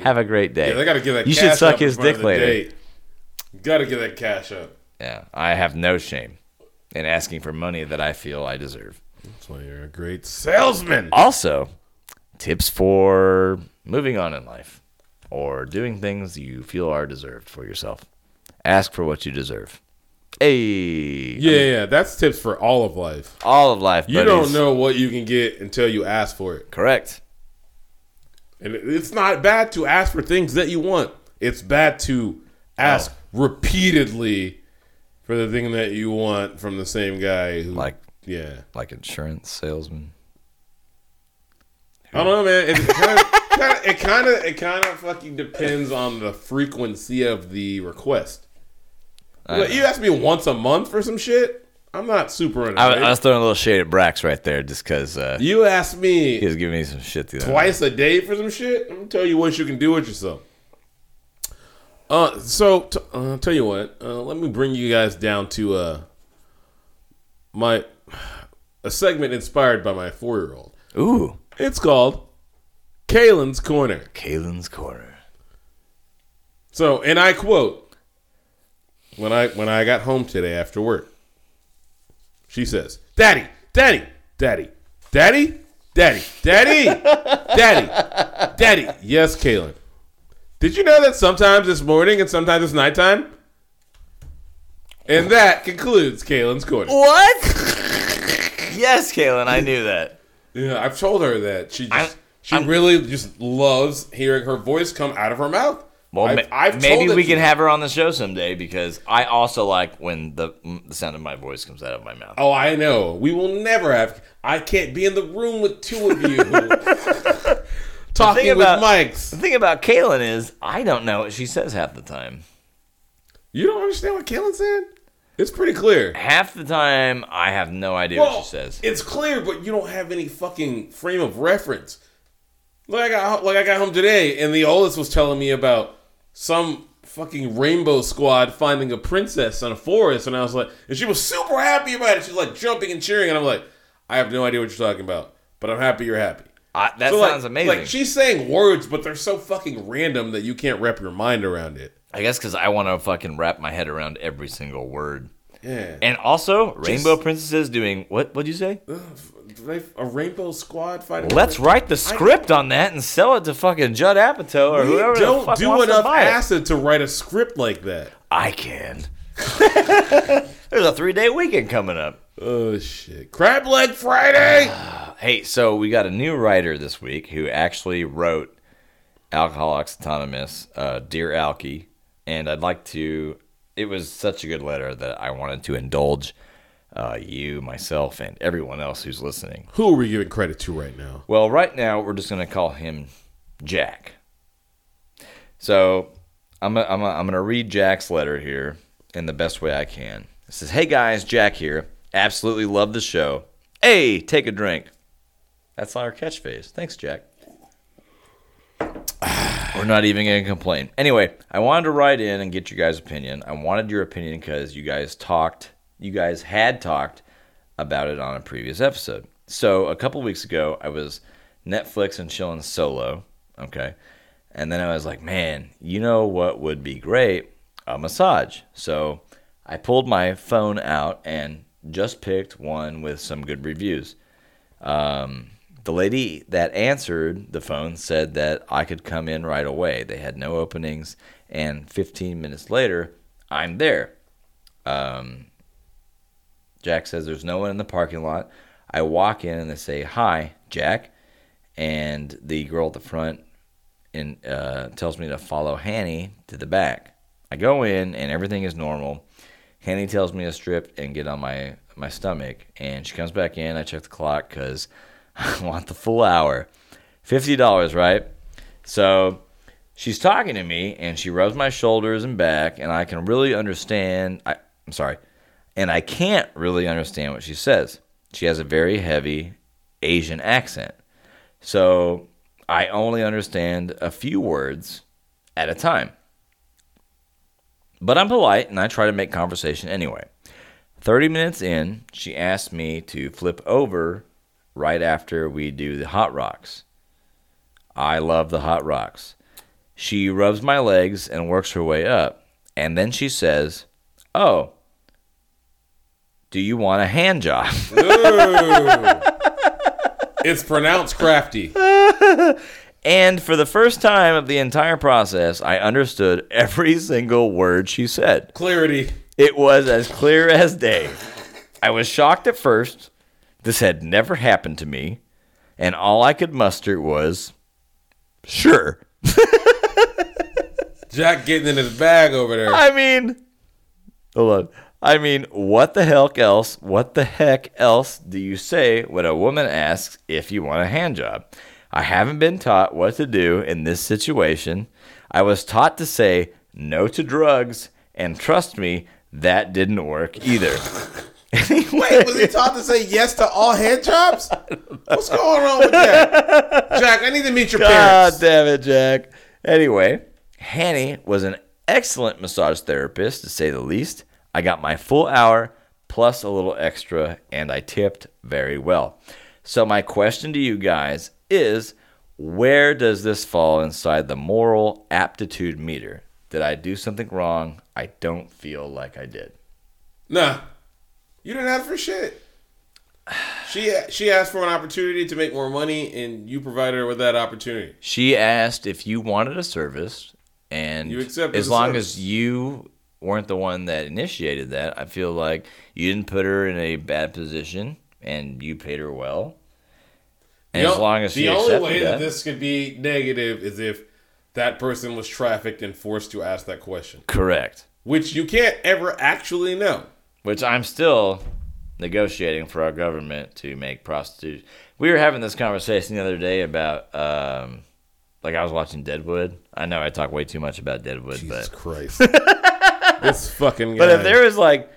much. Have a great day. Yeah, they gotta give that. You cash should suck up in his front of dick the later. date. Gotta get that cash up. Yeah, I have no shame in asking for money that I feel I deserve. That's why you're a great salesman. Also, tips for moving on in life or doing things you feel are deserved for yourself. Ask for what you deserve. Hey, Yeah, yeah, that's tips for all of life. all of life. You buddies. don't know what you can get until you ask for it. Correct. And it- it's not bad to ask for things that you want. It's bad to ask Oh. repeatedly for the thing that you want from the same guy who Like yeah. like insurance salesman. I don't know, man. It kind of, it kind of, it kind of fucking depends on the frequency of the request. I Like, know. you ask me once a month for some shit, I'm not super into I, it. I was throwing a little shade at Brax right there just because uh, you ask he me was giving me some shit the other night. twice a day for some shit. I'm gonna tell you what you can do with yourself. Uh, so t- uh, tell you what, uh, let me bring you guys down to uh, my a segment inspired by my four year old. Ooh, It's called Kalen's Corner. Kalen's Corner. So, and I quote when I when I got home today after work. She says, "Daddy, daddy, daddy, daddy, daddy, daddy, daddy, daddy." Yes, Kaylin. Did you know that sometimes it's morning and sometimes it's nighttime? And that concludes Kaylin's corner. What? yes, Kalen, I knew that. Yeah, I've told her that she just, I'm- she really just loves hearing her voice come out of her mouth. Well, I've- ma- I've told maybe her we she- can have her on the show someday because I also like when the, mm, the sound of my voice comes out of my mouth. Oh, I know. We will never have. I can't be in the room with two [LAUGHS] of you talking with about- mics. The thing about Kaylin is I don't know what she says half the time. You don't understand what Kaylin said? It's pretty clear. Half the time, I have no idea Well, what she says. It's clear, but you don't have any fucking frame of reference. Like I got like I got home today, and the oldest was telling me about some fucking rainbow squad finding a princess in a forest, and I was like, and she was super happy about it. She was like jumping and cheering, and I'm like, I have no idea what you're talking about, but I'm happy you're happy. I, that So, like- sounds amazing. Like she's saying words, but they're so fucking random that you can't wrap your mind around it. I guess because I want to fucking wrap my head around every single word. Yeah. And also, Rainbow Princesses doing what? What'd you say? They- a rainbow squad fighting. Let's write the script on that and sell it to fucking Judd Apatow or We whoever the don't fuck do wants to enough buy it. acid to write a script like that. I can. [LAUGHS] There's a three day weekend coming up. Oh shit! Crab Leg Friday. [SIGHS] Hey, so we got a new writer this week who actually wrote Alcoholics Anonymous, uh, Dear Alky, and I'd like to. It was such a good letter that I wanted to indulge uh, you, myself, and everyone else who's listening. Who are we giving credit to right now? Well, right now we're just gonna call him Jack. So I'm i I'm i am I'm gonna read Jack's letter here in the best way I can. It says, "Hey guys, Jack here. Absolutely love the show. Hey, take a drink. That's our catchphrase. Thanks, Jack. We're not even gonna complain. Anyway, I wanted to write in and get you guys' opinion. I wanted your opinion because you guys talked, you guys had talked about it on a previous episode. So a couple weeks ago, I was Netflix and chilling solo. Okay. And then I was like, man, you know what would be great? A massage. So I pulled my phone out and just picked one with some good reviews. Um, the lady that answered the phone said that I could come in right away. They had no openings. And 15 minutes later, I'm there. Um, Jack says there's no one in the parking lot. I walk in and they say, "Hi, Jack," and the girl at the front in, uh, tells me to follow Hanny to the back. I go in and everything is normal. Hanny tells me to strip and get on my my stomach, and she comes back in. I check the clock because [LAUGHS] I want the full hour, fifty dollars, right? So she's talking to me and she rubs my shoulders and back and i can really understand I, i'm sorry and i can't really understand what she says she has a very heavy asian accent so i only understand a few words at a time but i'm polite and i try to make conversation anyway 30 minutes in she asked me to flip over right after we do the hot rocks i love the hot rocks she rubs my legs and works her way up. And then she says, Oh, do you want a hand job? It's pronounced crafty. [LAUGHS] And for the first time of the entire process, I understood every single word she said. Clarity. It was as clear as day. I was shocked at first. This had never happened to me. And all I could muster was, sure. Jack getting in his bag over [LAUGHS] there. I mean, hold on. I mean, what the heck else? What the heck else do you say when a woman asks if you want a hand job? I haven't been taught what to do in this situation. I was taught to say no to drugs, and trust me, that didn't work either. [LAUGHS] Wait, was he taught to say yes to all hand [LAUGHS] jobs? What's going on with that? Jack, I need to meet your God parents. damn it, Jack. Anyway, Hanny was an excellent massage therapist, to say the least. I got my full hour plus a little extra, and I tipped very well. So, my question to you guys is where does this fall inside the moral aptitude meter? Did I do something wrong? I don't feel like I did. Nah, you didn't ask for shit. She she asked for an opportunity to make more money, and you provided her with that opportunity. She asked if you wanted a service, and You accepted as the long service. as you weren't the one that initiated that, I feel like you didn't put her in a bad position, and you paid her well. And The as o- long as she the only accepted way that, that this could be negative is if that person was trafficked and forced to ask that question, correct. which you can't ever actually know. Which I'm still negotiating for our government to make prostitution. We were having this conversation the other day about, um, like, I was watching Deadwood. I know I talk way too much about Deadwood, but [LAUGHS] Christ, this fucking guy. But if there was like,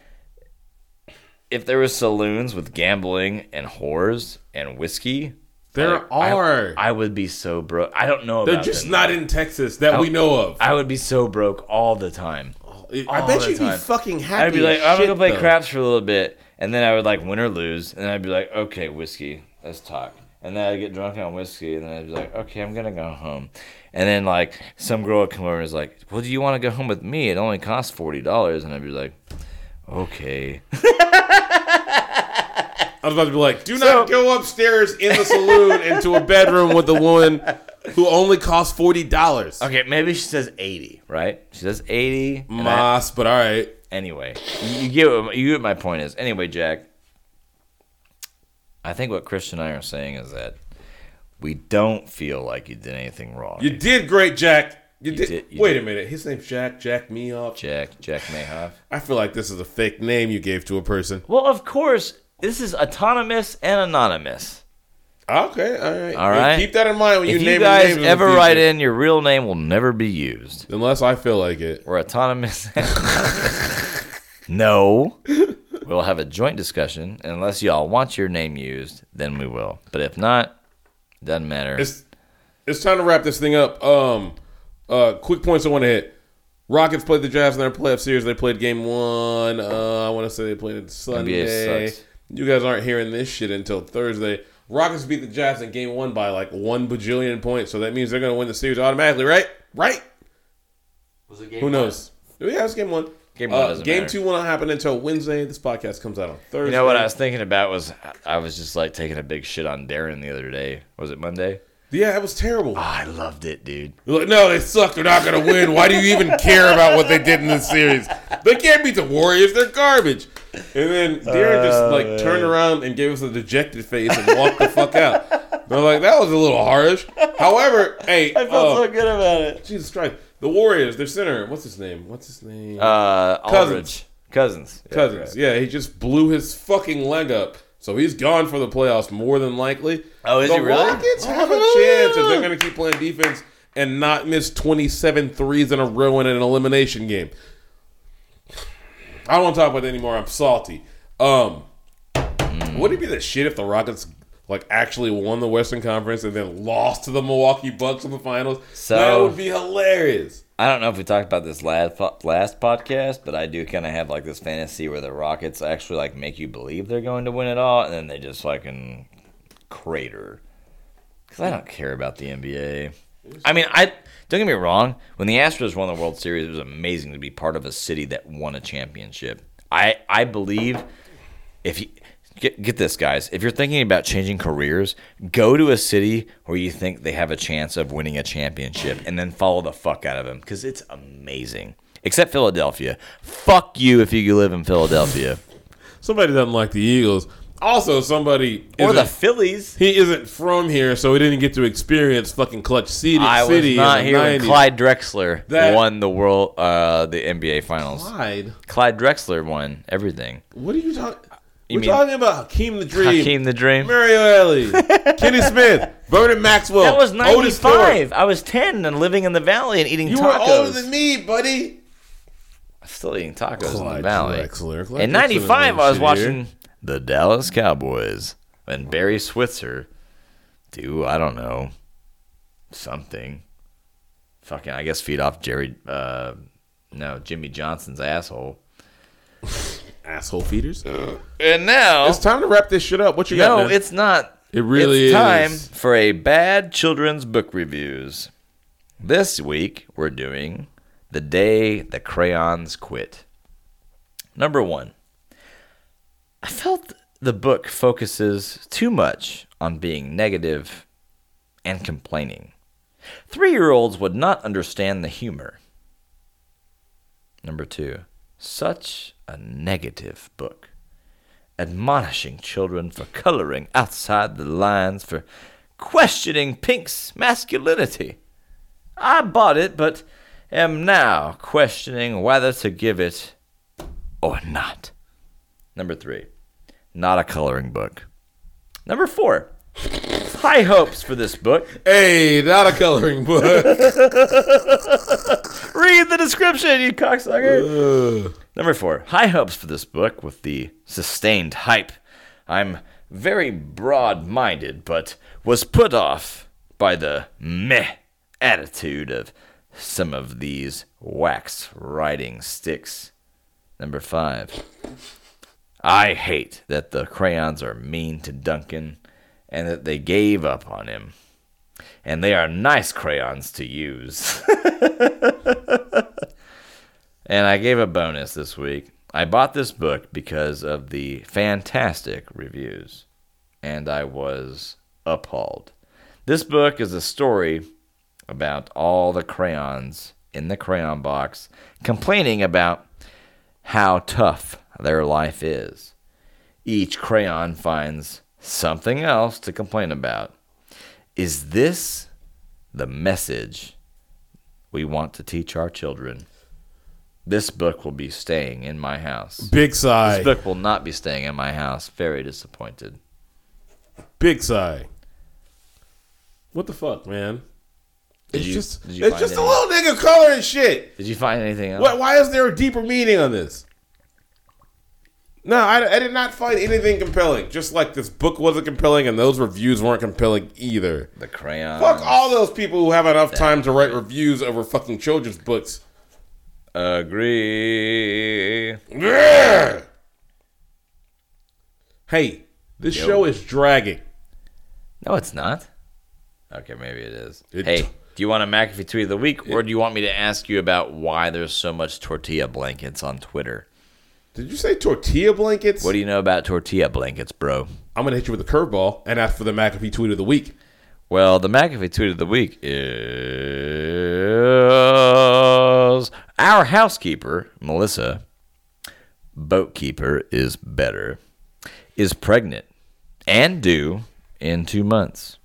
if there was saloons with gambling and whores and whiskey, There like, I- are. I, would be so broke. I don't know. they're about just them. not in Texas that we know of. I would be so broke all the time. I all bet the you'd be time. fucking happy. I'd be like, as I'm shit, gonna go play though. craps for a little bit, and then I would like win or lose, and then I'd be like, okay, whiskey, let's talk. And then I'd get drunk on whiskey, and then I'd be like, okay, I'm gonna go home. And then like some girl would come over and is like, well, do you want to go home with me? It only costs forty dollars, and I'd be like, okay. I was about to be like, do So- not go upstairs in the saloon into a bedroom with a woman who only costs forty dollars. Okay, maybe she says 80, right? She says 80. and I- Mas, but all right. anyway, you you get, what, you get what my point is. Anyway, Jack, I think what Christian and I are saying is that we don't feel like you did anything wrong. You did great, Jack. You, did. did- you Wait did. a minute. His name's Jack. Jack me up. Jack, Jack Mayhoff. I feel like this is a fake name you gave to a person. Well, of course, this is autonomous and anonymous. Okay, all right. All right. keep that in mind when If you you name guys names in the ever write future. in, your real name will never be used. unless I feel like it. We're autonomous. [LAUGHS] no. We'll have a joint discussion. and Unless y'all want your name used, then we will. But if not, doesn't matter. It's it's time to wrap this thing up. Um, uh, quick points I want to hit. Rockets played the Jazz in their playoff series. They played Game One. Uh, I want to say they played it Sunday. sucks. You guys aren't hearing this shit until Thursday. Rockets beat the Jazz in Game One by like one bajillion points, so that means they're gonna win the series automatically, right? Right? was a game Who knows? Yeah, it's Game One. Game one Uh, doesn't game matter. two will not happen until Wednesday. This podcast comes out on Thursday. You know what I was thinking about was I was just like taking a big shit on Darren the other day. Was it Monday? Yeah, it was terrible. Ah, I loved it, dude. You're like, no, they suck. They're not going to win. Why do you even care about what they did in this series? They can't beat the Warriors. They're garbage. And then Darren just like turned around and gave us a dejected face and walked the fuck out. They're like, that was a little harsh. However, hey, Oh. uh, good about it. Jesus Christ, the Warriors, their center, what's his name? What's his name? Uh, Cousins. Aldridge. Cousins. Yeah, Cousins. right. Yeah, he just blew his fucking leg up. So he's gone for the playoffs more than likely. Oh, is the he really? Rockets have a chance if they're going to keep playing defense and not miss 27 threes in a row in an elimination game. I don't want to talk about it anymore. I'm salty. Um, Would it be the shit if the Rockets like actually won the Western Conference and then lost to the Milwaukee Bucks in the finals? So- that would be hilarious. I don't know if we talked about this last po- last podcast, but I do kind of have like this fantasy where the Rockets actually like make you believe they're going to win it all, and then they just fucking crater. Because I don't care about the NBA. I mean, I don't get me wrong. When the Astros won the World Series, it was amazing to be part of a city that won a championship. I I believe if you Get, get this, guys. If you're thinking about changing careers, go to a city where you think they have a chance of winning a championship and then follow the fuck out of them because it's amazing. Except Philadelphia. Fuck you if you live in Philadelphia. Somebody doesn't like the Eagles. Also, somebody or the isn't- Phillies. he isn't from here, so he didn't get to experience fucking clutch city. I was city in not the here when 90s. Clyde Drexler That- won the world, uh, the NBA Finals. Clyde, Clyde Drexler won everything. what are you talking? We're mean- talking about Hakeem the Dream, Hakeem the Dream. Mario [LAUGHS] Ellie, Kenny Smith, Vernon Maxwell. That was Otis Thorpe. 95. I was 10 and living in the valley and eating You were tacos. older than me, buddy. I'm still eating tacos in the Clyde valley. Drexler. Clyde Drexler in 95, I was doesn't live in watching the Dallas Cowboys and Barry Switzer do, I don't know, something. Fucking, I guess, feed off Jerry, uh, no, Jimmy Johnson's asshole. Asshole feeders. And now, It's time to wrap this shit up. What you got? Oh. no, man? it's not. It really it's time is. for a bad children's book reviews. This week we're doing The Day the Crayons Quit. Number 1. I felt the book focuses too much on being negative and complaining. 3-year-olds would not understand the humor. Number 2. Such a negative book admonishing children for coloring outside the lines, for questioning Pink's masculinity. I bought it, but am now questioning whether to give it or not. Number three, not a coloring book. Number four, high hopes for this book. hey, not a coloring [LAUGHS] book. Read the description, you cocksucker. Ugh. Number four, high hopes for this book with the sustained hype. I'm very broad minded, but was put off by the meh attitude of some of these wax writing sticks. Number five, I hate that the crayons are mean to Duncan and that they gave up on him. And they are nice crayons to use. [LAUGHS] And I gave a bonus this week. I bought this book because of the fantastic reviews, and I was appalled. This book is a story about all the crayons in the crayon box complaining about how tough their life is. Each crayon finds something else to complain about. Is this the message we want to teach our children? This book will be staying in my house. Big This sigh. book will not be staying in my house. Very disappointed. Big sigh. What the fuck, man? It's you- just did you it's find just a any- little nigga coloring shit. Did you find anything else? Why, why is there a deeper meaning on this? No, I, I did not find anything compelling. Just like this book wasn't compelling, and those reviews weren't compelling either. The crayon. Fuck all those people who have enough time to write reviews over fucking children's books. Agree. Yeah! Hey, this Yo. show is dragging. No, it's not. Okay, maybe it is. It- hey, do you want a McAfee tweet of the week, or do you want me to ask you about why there's so much tortilla blankets on Twitter? Did you say tortilla blankets? What do you know about tortilla blankets, bro? I'm gonna hit you with a curveball and ask for the McAfee tweet of the week. Well, the McAfee tweet of the week is our housekeeper, Melissa, boatkeeper is better, is pregnant and due in two months.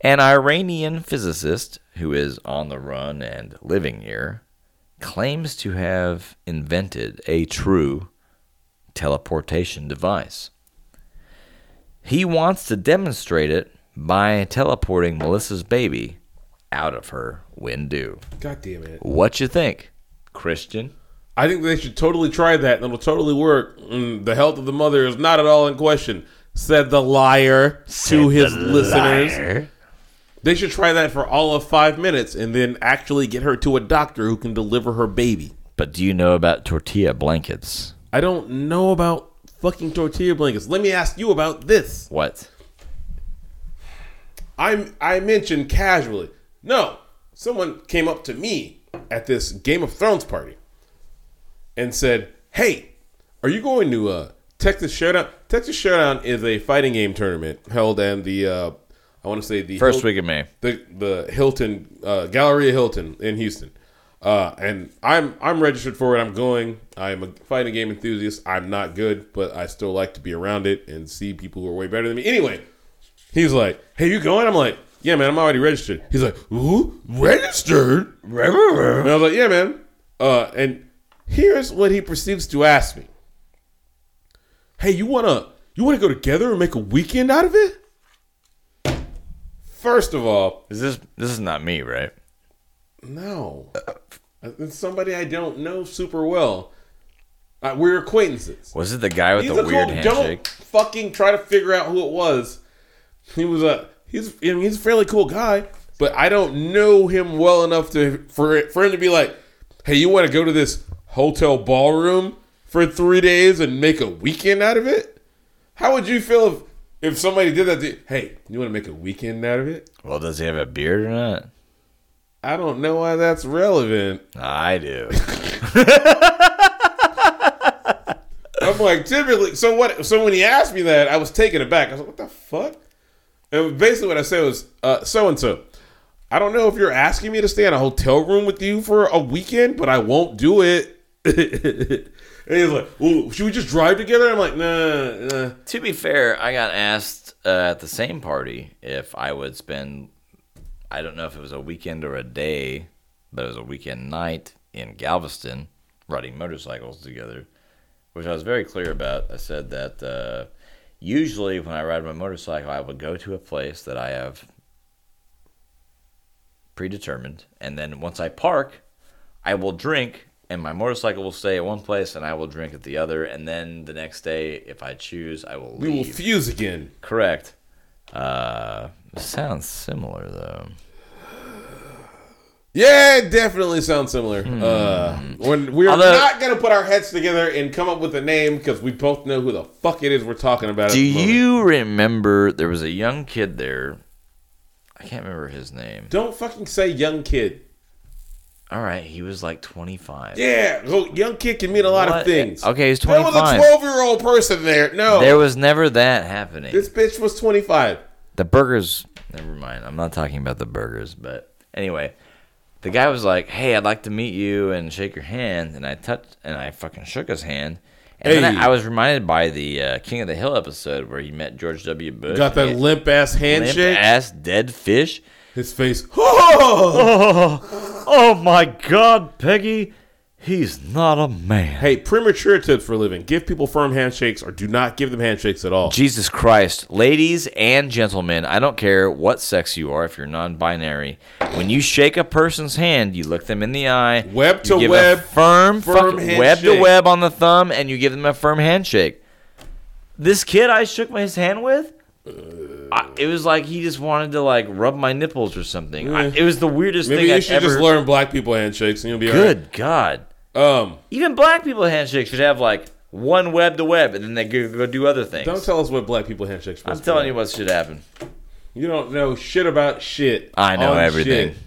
An Iranian physicist who is on the run and living here claims to have invented a true teleportation device. He wants to demonstrate it by teleporting Melissa's baby out of her when due. God damn it! What you think, Christian? I think they should totally try that, and it'll totally work. Mm, the health of the mother is not at all in question," said the liar to his listeners. They should try that for all of five minutes, and then actually get her to a doctor who can deliver her baby. But do you know about tortilla blankets? I don't know about fucking tortilla blankets. Let me ask you about this. What? I I mentioned casually. No, someone came up to me at this Game of Thrones party and said, "Hey, are you going to uh, Texas Showdown. Texas Showdown is a fighting game tournament held in the uh, I want to say the First Hil- week of May. the the Hilton uh, Galleria Hilton in Houston. Uh, and I'm I'm registered for it. I'm going. I'm a fighting game enthusiast. I'm not good, but I still like to be around it and see people who are way better than me. Anyway, he's like, "Hey, you going?" I'm like, "Yeah, man. I'm already registered." He's like, "Ooh, registered?" And I was like, "Yeah, man." Uh, and here's what he proceeds to ask me: "Hey, you wanna you wanna go together and make a weekend out of it?" First of all, Is this this is not me, right? no. Uh, It's somebody I don't know super well. Uh, we're acquaintances. Was it the guy with the a weird cool- handshake? Don't fucking try to figure out who it was. He was a he's I mean, he's a fairly cool guy, but I don't know him well enough to for it- for him to be like, "Hey, you want to go to this hotel ballroom for three days and make a weekend out of it?" How would you feel if if somebody did that? To, you? hey, you want to make a weekend out of it? Well, does he have a beard or not? I don't know why that's relevant. I do. I'm like, typically, so what? So when he asked me that, I was taken aback. I was like, what the fuck? And basically, what I said was, so and so, I don't know if you're asking me to stay in a hotel room with you for a weekend, but I won't do it. [LAUGHS] and he's like, well, should we just drive together? I'm like, nah, nah. [LAUGHS] to be fair, I got asked uh, at the same party if I would spend, I don't know if it was a weekend or a day, but it was a weekend night in Galveston riding motorcycles together, which I was very clear about. I said that uh, usually when I ride my motorcycle, I would go to a place that I have predetermined, and then once I park, I will drink, and my motorcycle will stay at one place, and I will drink at the other, and then the next day, if I choose, I will we leave. will fuse again. Correct. Uh, sounds similar though. Yeah, it definitely sounds similar. Uh, when we're Hmm. Although- not gonna put our heads together and come up with a name because we both know who the fuck it is we're talking about. at Do the moment. you remember there was a young kid there? I can't remember his name. Don't fucking say young kid. All right, he was like 25. Yeah, well, young kid can mean a lot What? of things. Okay, he's There was a 25. 12 year old person there. No, There was never that happening. this bitch was 25. the burgers never mind i'm not talking about the burgers but anyway the guy was like hey i'd like to meet you and shake your hand and i touched and i fucking shook his hand and then Hey. I, I was reminded by the uh, king of the hill episode where he met george w bush Got that limp ass handshake. ass dead fish His face. [LAUGHS] Oh! oh, oh my god peggy he's not a man Hey, premature tips for a living: give people firm handshakes or do not give them handshakes at all. Jesus Christ. Ladies and gentlemen, I don't care what sex you are, if you're non binary, when you shake a person's hand, you look them in the eye. Web you to give web, A firm, firm fuck- web to handshake. web on the thumb, and you give them a firm handshake. This kid I shook my his hand with, I, it was like he just wanted to like rub my nipples or something. I- Yeah. it was the weirdest Maybe thing you I've should ever. just learn black people handshakes and you'll be Good God! all right. Um, Even black people handshakes should have like one web to web, and then they go, go do other things. don't tell us what black people handshakes. I'm telling you what should happen. you don't know shit about shit. I know on everything. shit.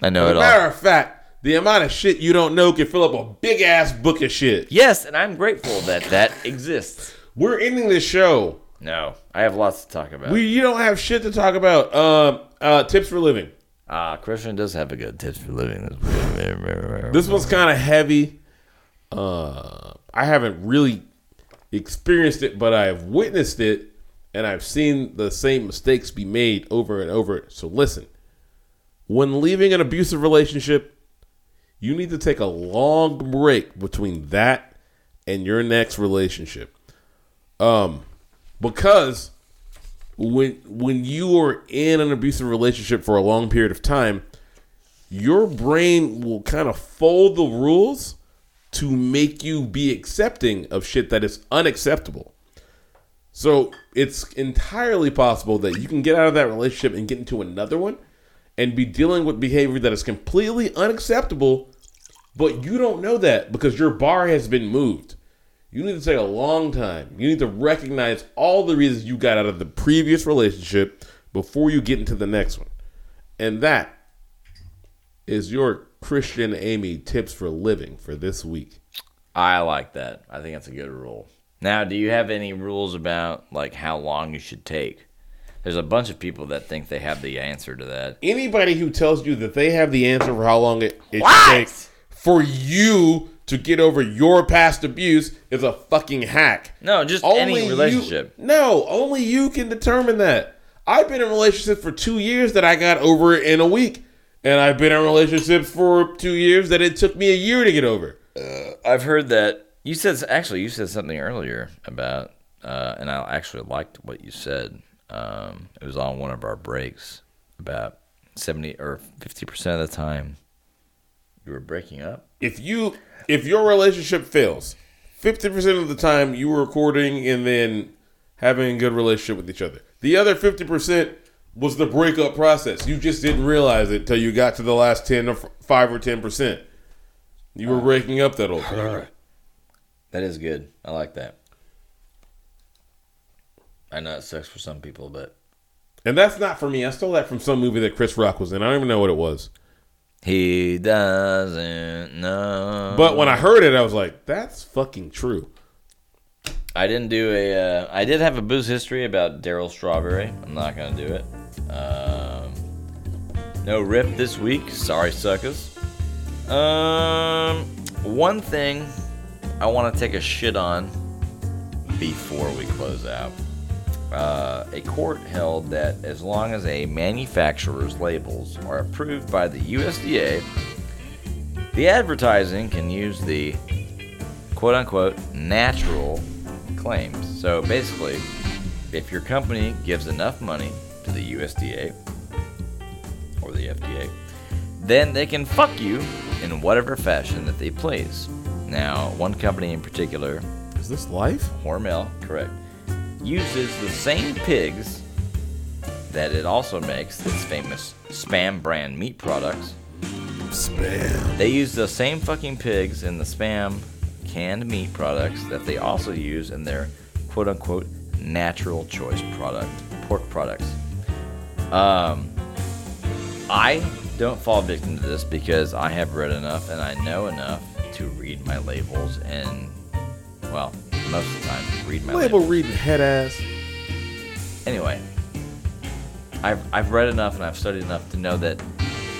I know As a it all. matter of fact, the amount of shit you don't know can fill up a big ass book of shit. Yes, and I'm grateful that that exists. We're ending this show. No, I have lots to talk about. We you don't have shit to talk about. Um, uh, tips for living. Ah, Christian does have a good tips for living. This This one's kind of heavy. Uh, I haven't really experienced it, but I've witnessed it, and I've seen the same mistakes be made over and over. So listen, when leaving an abusive relationship, you need to take a long break between that and your next relationship. Um, because when when you are in an abusive relationship for a long period of time, your brain will kind of fold the rules to make you be accepting of shit that is unacceptable. So it's entirely possible that you can get out of that relationship and get into another one and be dealing with behavior that is completely unacceptable, but you don't know that because your bar has been moved. You need to take a long time. You need to recognize all the reasons you got out of the previous relationship before you get into the next one. And that is your Christian Amy tips for living for this week. I like that. I think that's a good rule. Now, do you have any rules about like how long you should take? There's a bunch of people that think they have the answer to that. Anybody who tells you that they have the answer for how long it, it What? should take for you to get over your past abuse is a fucking hack. No, just any you- relationship. no, only you can determine that. I've been in relationships for two years that I got over it in a week, and I've been in relationships for two years that it took me a year to get over. I've heard that you said actually you said something earlier about, uh, and I actually liked what you said. Um, it was on one of our breaks about seventy or fifty percent of the time you were breaking up. If you if your relationship fails, fifty percent of the time you were recording and then having a good relationship with each other. The other fifty percent was the breakup process. You just didn't realize it till you got to the last ten or f- five or ten percent. You were breaking up that old. That is good. I like that. I know it sucks for some people, but And that's not for me. I stole that from some movie that Chris Rock was in. I don't even know what it was. he doesn't know. But when I heard it, I was like, that's fucking true. I didn't do a. Uh, I did have a booze history about Daryl Strawberry. I'm not gonna do it. Um, no rip this week. Sorry, suckers. Um, one thing I want to take a shit on before we close out. Uh, a court held that as long as a manufacturer's labels are approved by the USDA, the advertising can use the quote unquote natural claims. So basically, if your company gives enough money to the USDA or the FDA, then they can fuck you in whatever fashion that they please. Now, one company in particular, Is this life? Hormel, correct, uses the same pigs that it also makes its famous spam brand meat products Spam. they use the same fucking pigs in the spam canned meat products that they also use in their quote unquote natural choice product, pork products. Um, I don't fall victim to this because I have read enough and I know enough to read my labels and, well, most of the time, read my Label labels reading head ass. anyway, I've, I've read enough and I've studied enough to know that,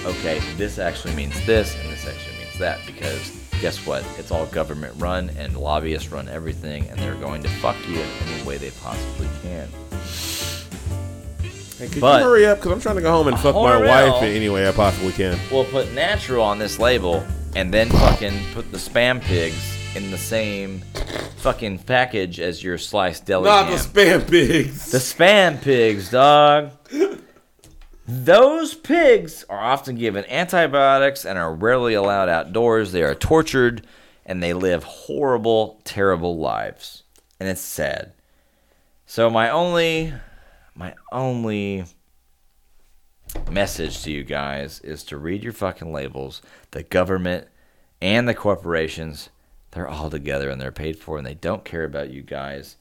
okay, this actually means this and this actually means that because guess what? It's all government run and lobbyists run everything and they're going to fuck you in any way they possibly can. Hey, could But- you hurry up? Because I'm trying to go home and fuck my Hormel- wife in any way I possibly can. We'll put natural on this label and then fucking put the spam pigs in the same fucking package as your sliced deli Not ham. the spam pigs. The spam pigs, dog. Those pigs are often given antibiotics and are rarely allowed outdoors. They are tortured and they live horrible, terrible lives. And it's sad. So my only my only message to you guys is to read your fucking labels. The government and the corporations, they're all together and they're paid for and they don't care about you guys.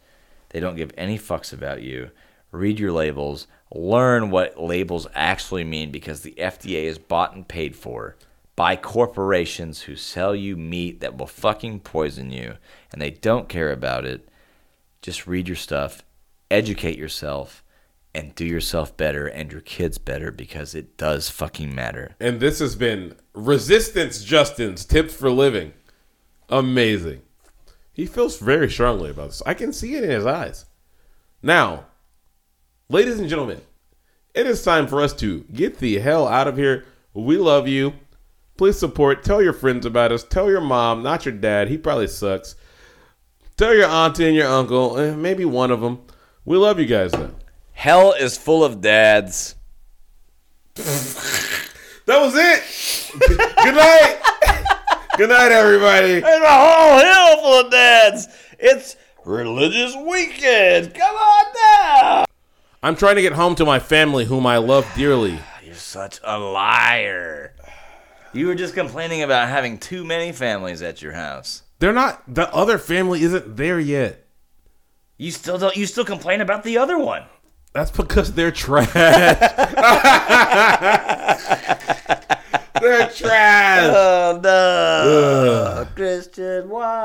They don't give any fucks about you. Read your labels, learn what labels actually mean because the FDA is bought and paid for by corporations who sell you meat that will fucking poison you and they don't care about it just read your stuff, educate yourself, and do yourself better and your kids better because it does fucking matter. And this has been Resistance Justin's Tips for Living. Amazing. He feels very strongly about this. I can see it in his eyes. Now, ladies and gentlemen, it is time for us to get the hell out of here. We love you. Please support. Tell your friends about us. Tell your mom, not your dad. He probably sucks. Tell your auntie and your uncle, eh, maybe one of them. We love you guys, though. Hell is full of dads. That was it. Good [LAUGHS] night. Good night, everybody. And a whole hill full of dads. It's religious weekend. Come on down. I'm trying to get home to my family, whom I love dearly. You're such a liar. You were just complaining about having too many families at your house. They're not. The other family isn't there yet. You still don't you still complain about the other one. That's because they're trash. they're trash. Oh no. Christian, why?